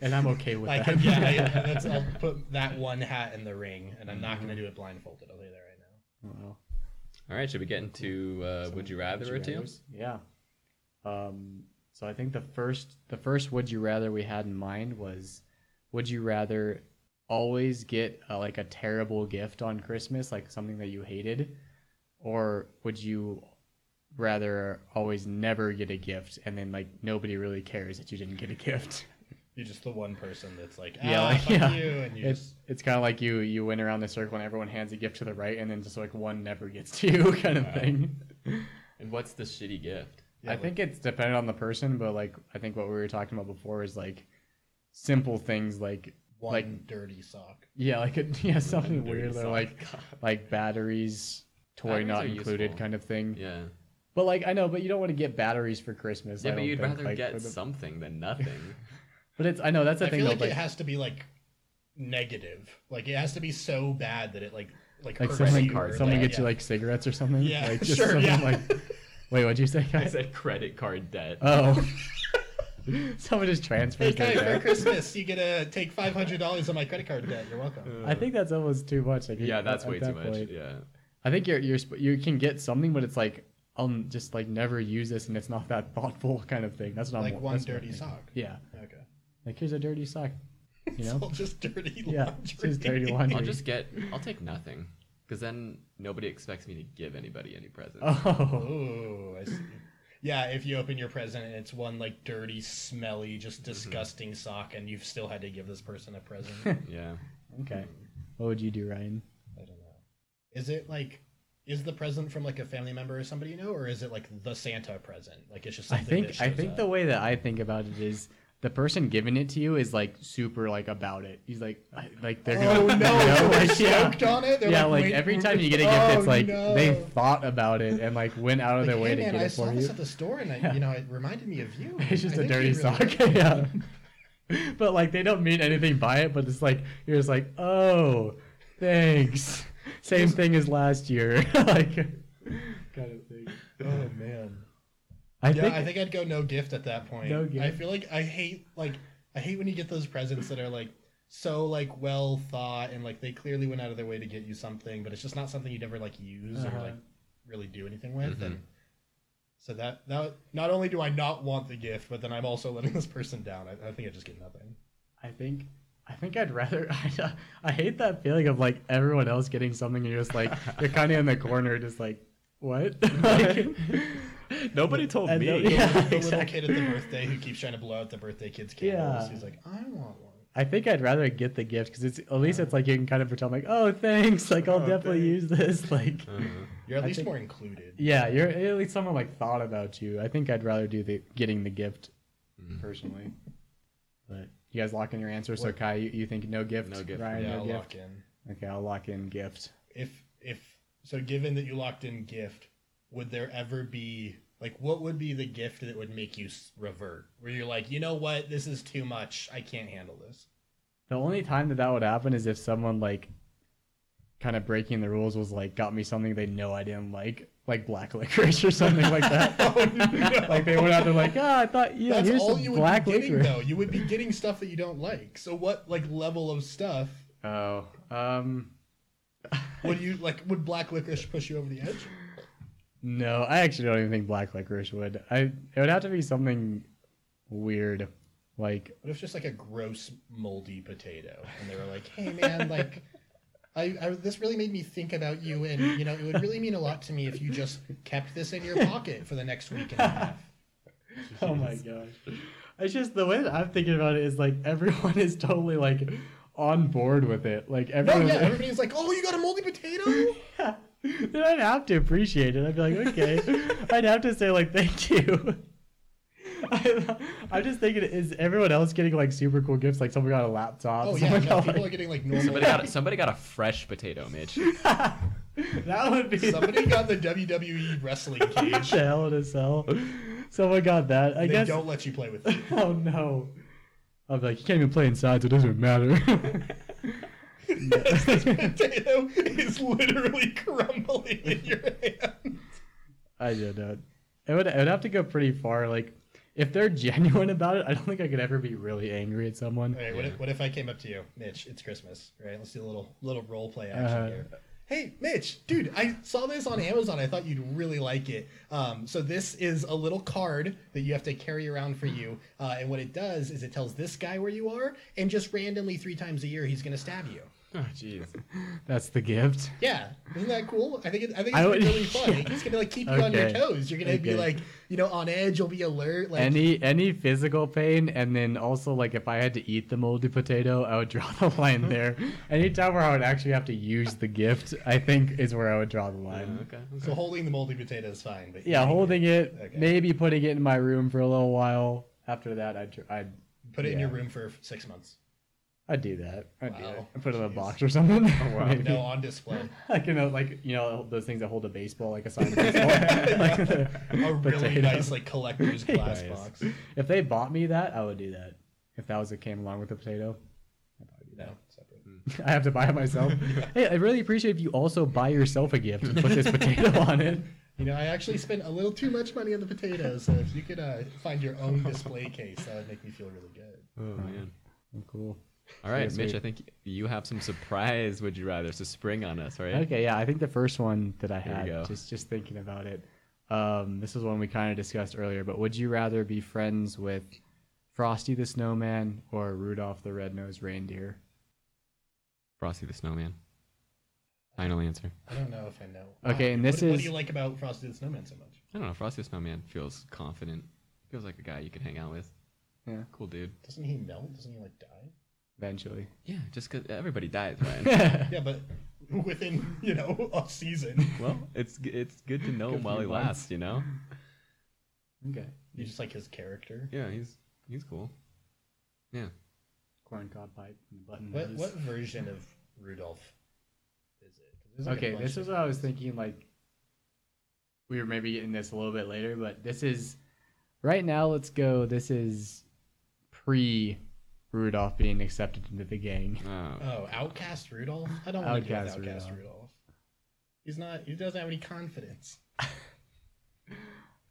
and I'm okay with
I
that.
can, yeah, I, that's, I'll put that one hat in the ring, and I'm not gonna
Mm-hmm.
do it blindfolded. I'll do that right now.
Wow.
All right, should we get into uh, would you rather or
Would you
two?
rathers? Yeah. Um, so I think the first the first would you rather we had in mind was would you rather always get uh like a terrible gift on Christmas, like something that you hated, or would you rather always never get a gift and then like nobody really cares that you didn't get a gift?
You're just the one person that's like, ah,
Yeah, like,
fuck
yeah.
you, and you
It's it's kind of like you you went around the circle and everyone hands a gift to the right and then just like one never gets to you kind of thing.
And what's the shitty gift?
Yeah,
I
like-
think it's dependent on the person, but like I think what we were talking about before is like simple things like
one
like-
dirty sock.
yeah, like a, yeah something
Dirty
weird or
sock.
like like batteries, toy
Batteries
not
are
included
useful.
kind of thing.
Yeah,
But like I know, but you don't want to get batteries for Christmas.
yeah,
I
but
don't
you'd
think,
rather
like, for
get
the-
something than nothing.
But it's I know that's the
I
thing
feel
though.
like
like,
it has to be like negative. Like it has to be so bad that it like like,
like
hurts
someone
you or,
someone
like,
gets you
yeah.
like cigarettes or something.
Yeah,
like, just
sure,
something
yeah.
Like, wait, what'd you say,
I
guys?
said credit card debt.
Oh, someone just transfers
Hey,
their
guy, for
debt.
Christmas, you get to take five hundred dollars on my credit card debt. You're welcome.
I think that's almost too much. Like
yeah,
at-
that's
at
way too
that
much.
point.
Yeah.
I think you're you're sp- you can get something, but it's like I'll n- just like never use this, and it's not that thoughtful kind of thing. That's not
like
what-
one
that's what I'm
dirty
thinking.
sock.
Yeah,
Okay.
like here's a dirty sock. You
It's
know?
all just dirty laundry.
yeah, it's just dirty laundry.
I'll just get. I'll take nothing, because then nobody expects me to give anybody any presents.
oh,
Ooh, I see. Yeah, if you open your present and it's one like dirty, smelly, just
Mm-hmm.
disgusting sock, and you've still had to give this person a present. I
Yeah.
okay. What would you do, Ryan?
don't know. Is it like, is the present from like a family member or somebody you know, or is it like the Santa present? Like it's just
I
something
think
that
I
shows
think
up.
the way that I think about it is the person giving it to you is like super like about it. He's like I- like they're gonna
Oh no!
you know,
they're
like, yeah.
stoked on it. They're
Yeah, like
wait-
every time you get a gift,
Oh,
it's like
no.
they thought about it and like went out of
Like,
their way
hey,
to
man,
get
I
it
saw
for
this
you.
at the store, and I, you know, it reminded me of you.
It's just
a
a dirty sock. yeah. But like they don't mean anything by it, but it's like you're just like, oh, Thanks. Same thing as last year. like, kind of thing.
Oh man.
I
yeah,
think,
I think I'd go no gift at that point.
No gift.
I feel like I hate like I hate when you get those presents that are like so like well thought and like they clearly went out of their way to get you something, but it's just not something you'd ever like use or
Uh-huh.
like really do anything with.
Mhm.
And so that that not only do I not want the gift, but then I'm also letting this person down. I, I think I just get nothing.
I think I think I'd rather I, I hate that feeling of like everyone else getting something and you're just like you're kind of in the corner just like what like,
Nobody told
I
me.
know-
The
yeah,
little- the little
exactly.
kid at the birthday who keeps trying to blow out the birthday kid's candles.
Yeah.
He's like, I want one.
I think I'd rather get the gift because it's at least it's like you can kind of pretend like oh thanks like I'll
Oh,
definitely use
thanks.
this like
Uh-huh.
You're at
I
least
think-
more included.
yeah you're at least someone like thought about you I think I'd rather do the getting the gift
Mm-hmm.
Mm.
personally but you guys lock in your answer so Kai you, you think no gift
No gift.
Ryan
Yeah,
no
I'll
gift
lock in.
okay I'll lock in gift
if if so given that you locked in gift would there ever be like what would be the gift that would make you s- revert where you're like you know what this is too much i can't handle this
The only time that that would happen is if someone like kind of breaking the rules was like got me something they know I didn't like, like black licorice or something like that. Like they went out there like, ah, I thought yeah,
Oh, that's
here's
all
some
you would
black
be getting
licorice.
though you would be getting stuff that you don't like so what like level of stuff
Oh, um,
would you like would black licorice push you over the edge
no, I actually don't even think black licorice would. I it would have to be something weird, like
what if just like a gross moldy potato and they were like hey man like I, I, this really made me think about you, and you know, it would really mean a lot to me if you just kept this in your pocket for the next week and a half.
oh my gosh. It's just the way that I'm thinking about it is like everyone is totally like on board with it. Like
No,
everyone,
yeah, everybody's like, "Oh, you got a moldy potato."
Yeah. Then I'd have to appreciate it. I'd be like, okay. I'd have to say like, thank you. I, I'm just thinking, is everyone else getting like super cool gifts? Like someone got a laptop.
Oh yeah,
someone
no,
got,
people are
like-
getting like normal.
Somebody got a, somebody got a fresh potato, Mitch. Oh,
that would be
Somebody got the WWE wrestling
what
cage.
the hell to sell. Someone got that. I
they
guess.
don't let you play with it.
Oh no. I'm like, you can't even play inside, so it doesn't matter.
this potato is literally crumbling in your hand.
I don't know. It would, it would have to go pretty far. Like, if they're genuine about it, I don't think I could ever be really angry at someone.
All right, what, if, what if I came up to you, Mitch? It's Christmas, right? Let's do a little little role play action
Uh,
here. Hey, Mitch, dude, I saw this on Amazon. I thought you'd really like it. Um, so this is a little card that you have to carry around for you, uh, and what it does is it tells this guy where you are, and just randomly three times a year he's gonna stab you.
Oh, jeez.
That's the gift.
Yeah, isn't that cool? I think it, I think it's
I
gonna
would-
be really fun.
yeah.
It's gonna like keep you on your
Okay.
toes. You're gonna be
Okay.
like you know on edge. You'll be alert. Like
any any physical pain and then also like if i had to eat the moldy potato i would draw the line there anytime where i would actually have to use the gift i think is where i would draw the
Uh-huh.
line
Okay.
so holding the moldy potato is fine. But
yeah
eating
holding it
Okay.
maybe putting it in my room for a little while after that i'd tr- i'd
put it in your
yeah.
room for six months.
I'd do that. I'd do
Wow.
that. I'd put it in a
Jeez. Oh,
box or something. Maybe.
No, on display.
Like, you know, like, you know, those things that hold a baseball, like a signed baseball. like the
A really
potato.
nice like collector's glass
Nice.
box.
If they bought me that, I would do that. If that was it came along with the potato.
No, separate.
I have to buy it myself. Hey, I really appreciate if you also buy yourself a gift and put this potato on it.
You know, I actually spent a little too much money on the potatoes. So if you could uh, find your own display case, that would make me feel really good.
Oh man.
Oh, cool.
All right,
Sweet,
Mitch.
sweet.
I think you have some surprise. Would you rather? So spring on us, right?
Okay, yeah, I think the first one that I
Here we
had,
go.
just just thinking about it, um, this is one we kind of discussed earlier. But would you rather be friends with Frosty the Snowman or Rudolph the Red-Nosed Reindeer?
Frosty the Snowman. Final answer.
I don't know if I know.
Okay, and this
what, What
is-
do you like about Frosty the Snowman so much?
I don't know. Frosty the Snowman feels confident. Feels like a guy you could hang out with.
Yeah.
Cool dude.
Doesn't he melt? Doesn't he like die?
Eventually,
Yeah. Just 'cause everybody dies, Ryan.
yeah,
Yeah, but within you know a season,
well, it's g- it's good to know
Good
him
for
while
you,
he
bud.
lasts. You know.
okay,
you just like his character.
Yeah. He's he's cool. Yeah.
corn cob pipe and the button.
What
nose.
what version of Rudolph is it? 'Cause there's, like, a
Okay,
bunch
this
of
is what I was thinking. Like, we were maybe getting this a little bit later, but this is right now. Let's go. This is pre Rudolph being accepted into the gang.
Oh,
Oh, Outcast Rudolph? I don't want to deal with
Outcast
Outcast
Rudolph.
Rudolph. He's not. He doesn't have any confidence.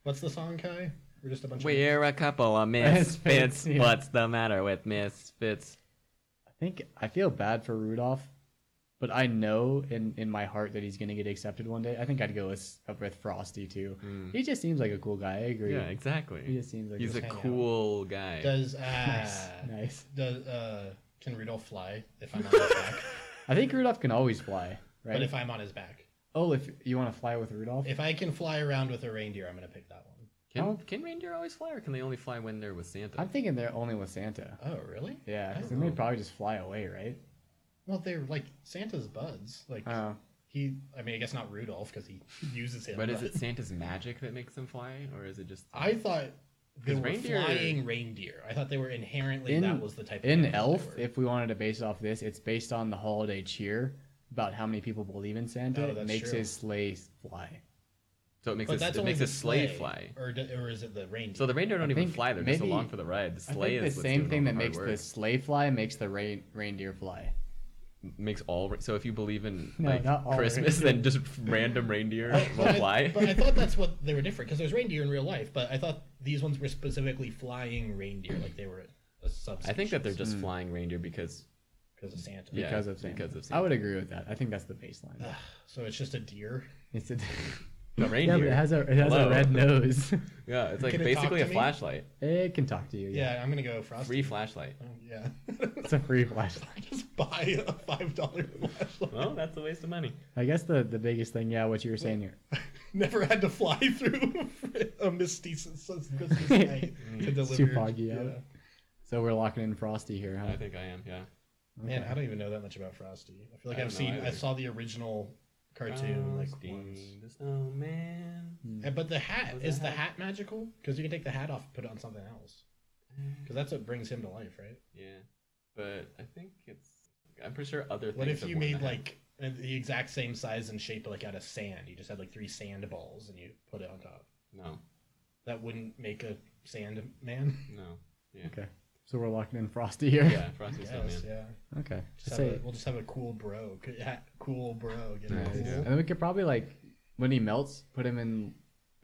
What's the song, Kai? We're just a bunch of.
We're a couple of
Misfits,
misfits.
yeah.
What's the matter with misfits?
I think I feel bad for Rudolph, but I know in, in my heart that he's gonna get accepted one day. I think I'd go with with Frosty too.
Mm.
He just seems like a cool guy. I agree.
Yeah, exactly.
He just seems like
He's a
hang out.
cool guy.
Does uh,
nice.
does uh, can Rudolph fly? If I'm on his back,
I think Rudolph can always fly, right?
but if I'm on his back,
oh, if you want to fly with Rudolph,
if I can fly around with a reindeer, I'm gonna pick that one.
Can,
How-
can reindeer always fly, or can they only fly when they're with Santa?
I'm thinking they're only with Santa.
Oh, really?
Yeah,
I
because
don't
then they
know.
probably just fly away, right?
Well, they're like Santa's buds. Like
Oh.
he. I mean, I guess not Rudolph because he uses him.
but is it Santa's magic that makes them fly, or is it just?
I thought they
'Cause
were
reindeer-
flying reindeer. I thought they were inherently
In-
that was the type of
In
animal they
Elf,
were.
if we wanted to base it off this, it's based on the holiday cheer about how many people believe in Santa.
Oh,
it
that's
makes
true.
his sleigh fly.
so it makes
But
a,
that's
it
only
makes
the
a sleigh fly.
or d- or is it the reindeer?
So the reindeer don't even
think
fly; they're just
maybe-
along for the ride. The sleigh
I think
is
the
what's
same
doing
thing
all
that
the hard
makes
work.
the sleigh fly makes the rein- reindeer fly.
makes all. Re- so if you believe in
No,
like
not all
Christmas, then just random reindeer will
But I-
fly.
but I thought that's what they were different because there's reindeer in real life, but I thought these ones were specifically flying reindeer, like they were a subspecies.
I think that they're
Hmm.
just flying reindeer because
because of Santa.
Yeah.
Because of Santa.
because of
I would agree with that. I think that's the baseline.
So it's just a deer.
It's a,
the
yeah,
reindeer.
but it has a it has
Hello.
a red nose.
Yeah, it's like
Can it talk
basically
to
a
me?
flashlight,
it can talk to you. Yeah,
Yeah, I'm gonna go frosty.
free flashlight.
Yeah,
it's a free flashlight.
just buy a five dollar flashlight.
Well, that's a waste of money.
I guess the the biggest thing, yeah, what you were saying here.
Never had to fly through a misty s- s- Christmas night to deliver.
too foggy out. So we're locking in Frosty here, huh?
I think I am. Yeah.
Man, I don't even know that much about Frosty. I feel like
I
I've
don't know
seen, I
either.
saw the original
Oh,
cartoon like once.
the snowman.
Uh, But the hat
Was
is
the
the
hat-
hat magical? Because you can take the hat off and put it on something else.
Mm.
Because that's what brings him to life, right?
Yeah, but I think it's. I'm pretty sure other things.
What if
have
you
worn
made
the hat.
like uh, the exact same size and shape, but like out of sand? You just had like three sand balls and you put it on top.
No,
That wouldn't make a sand man.
no. Yeah.
Okay. So we're locking in Frosty here.
Yeah, Frosty
Yes,
Snowman.
yeah.
Okay.
Just have
Say-
a, we'll just have a cool bro, c- hat, cool bro. Get it cool.
And then we could probably like when he melts, put him in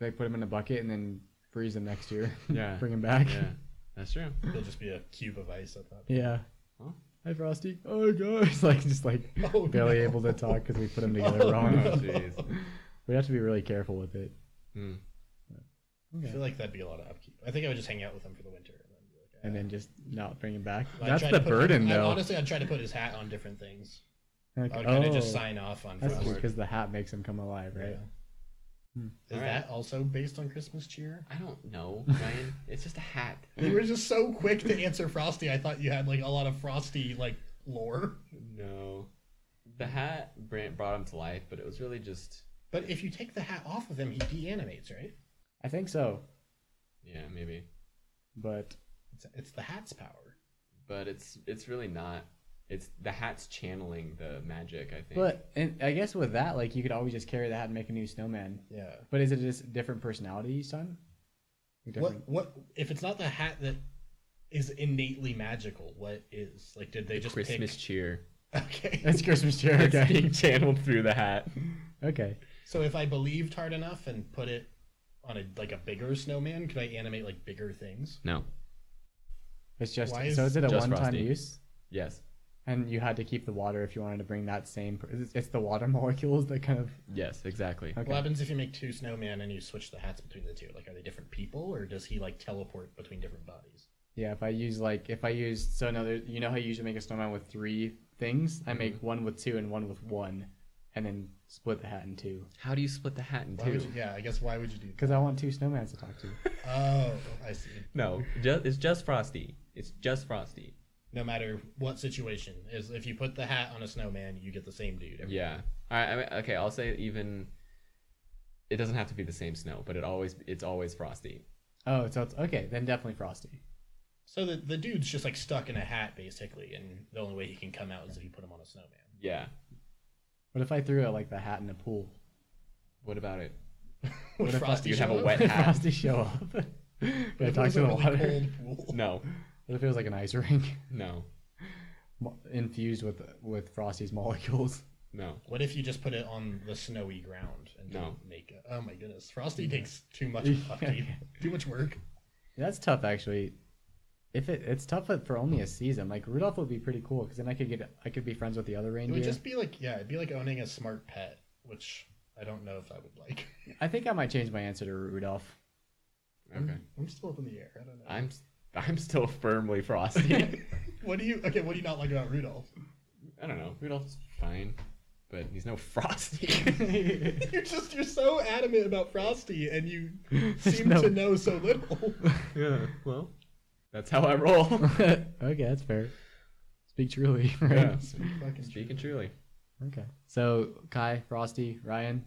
like put him in a bucket and then freeze him next year.
Yeah.
Bring him back.
Yeah, that's true.
He'll just be a cube of ice at that. point.
Yeah.
Well.
Hi Frosty. Oh guys, like just like
Oh,
barely
no.
able to talk because we put him together wrong.
Oh, jeez.
We have to be really careful with it.
Hmm.
I feel like that'd be a lot of upkeep. I think I would just hang out with him for the winter. And then be like,
And then just not bring him back.
I
That's
tried
the
to put-
burden
I-
though.
honestly, I'd try to put his hat on different things.
Like,
I would kind
oh,
of just sign off on
that's Hmm.
Frosty.
because the hat makes him come alive, right?
Is
All
that also based on Christmas cheer?
I don't know, Ryan. It's just a hat.
You were just so quick to answer Frosty. I thought you had like a lot of Frosty like lore.
No, the hat Brant brought him to life, but it was really just.
But if you take the hat off of him, he deanimates, right?
I think so.
Yeah, maybe.
But
It's, it's the hat's power.
But it's it's really not. It's the hat's channeling the magic. I think.
but and I guess with that, like you could always just carry the hat and make a new snowman.
Yeah.
But is it just a different personality each time? Like
What
different-
what if it's not the hat that is innately magical? What is like? Did they just
Christmas cheer.
pick? Okay.
It's Christmas cheer.
It's
Okay.
being channeled through the hat.
okay.
So if I believed hard enough and put it on a like a bigger snowman, could I animate like bigger things?
No.
It's just
Why is-
so is it a
Just
one time
Frosty.
use?
Yes.
And you had to keep the water if you wanted to bring that same. per- It's it's the water molecules that kind of.
Yes. Exactly.
Okay.
What happens if you make two snowmen and you switch the hats between the two? Like, are they different people, or does he like teleport between different bodies?
Yeah, if I use like if I use so another you know how you usually make a snowman with three things. I make one with two and one with one, and then split the hat in two.
How do you split the hat in
Why would
two?
you, yeah, I guess why would you do
Because I want two snowmans to talk to.
that? Oh, I see.
No, just, it's just Frosty. It's just Frosty.
No matter what situation is, if you put the hat on a snowman, you get the same dude. every-
Yeah. All right. I mean, okay. I'll say even. It doesn't have to be the same snow, but it always it's always Frosty.
Oh, so it's okay then definitely Frosty.
So the the dude's just like stuck in a hat basically, and the only way he can come out is if you put him on a snowman.
Yeah.
What if I threw out like the hat in a pool?
What about it?
Would
if I-
Frosty
you'd have
show
a
up?
wet-
Would
hat.
Frosty show up? Can I
If it
talk
was
to the
a really
water?
cold pool.
No.
What if it was like an ice rink
No,
mo- infused with with Frosty's molecules?
no.
What if you just put it on the snowy ground and
No.
don't make it? Oh my goodness, Frosty takes too much upkeep, too much work.
That's tough, actually. If it, it's tough for- for only a season, like Rudolph would be pretty cool because then I could get I could be friends with the other
It would
reindeer.
just be like, yeah, it'd be like owning a smart pet, which I don't know if I would like.
I think I might change my answer to Rudolph. Mm.
Okay,
I'm still up in the air. I don't know.
I'm I'm still firmly frosty.
What do you? Okay, what do you not like about Rudolph?
I don't know. Rudolph's fine, but he's no frosty.
You're just you're so adamant about Frosty, and you seem
No.
to know so little.
yeah. Well, that's how I roll.
okay, that's fair. Speak truly. Right?
yeah.
Fucking
Speaking truly.
Okay. So Kai, Frosty, Ryan.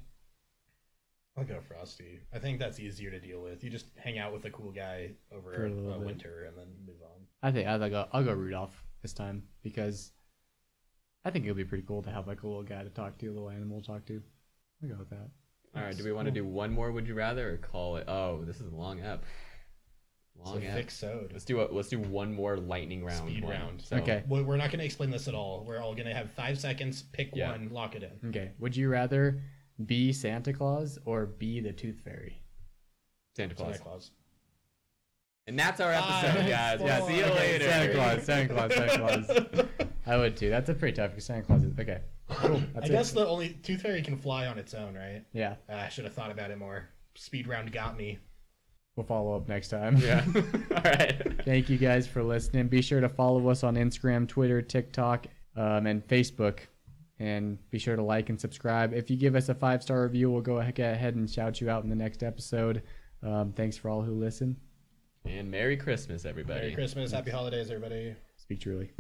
I'll go Frosty. I think that's easier to deal with. You just hang out with a cool guy over
For a
a,
little bit.
winter and then move on.
I think I'll go. I'll go Rudolph this time because I think it would be pretty cool to have like a little guy to talk to, a little animal to talk to. I'll go with that.
All right. Do we want to do one more? Would you rather or call it? Oh, this is a long up. Long
so
up.
thick sewed.
Let's do a, let's do one more lightning round.
Speed
one.
round.
So,
Okay.
We- We're not going to explain this at all. We're all going to have five seconds, pick
Yeah.
one, lock it in.
Okay. Would you rather be Santa Claus or be the Tooth Fairy?
Santa Claus.
Santa Claus.
And that's our episode,
Five,
guys. Yeah. See you
four,
later.
Santa Claus, Santa Claus, Santa Claus. I would too. That's a pretty tough because Santa Claus is okay. Cool. That's
I
it.
guess the only Tooth Fairy can fly on its own, right?
Yeah.
Ah, I should have thought about it more. Speed round got me.
We'll follow up next time.
Yeah. All right.
Thank you guys for listening. Be sure to follow us on Instagram, Twitter, TikTok, um, and Facebook. And be sure to like and subscribe. If you give us a five star review, we'll go ahe- ahead and shout you out in the next episode. Um, thanks for all who listen.
And Merry Christmas, everybody.
Merry Christmas. Happy holidays, everybody.
Speak truly.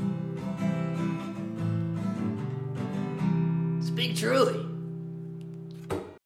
Speak truly.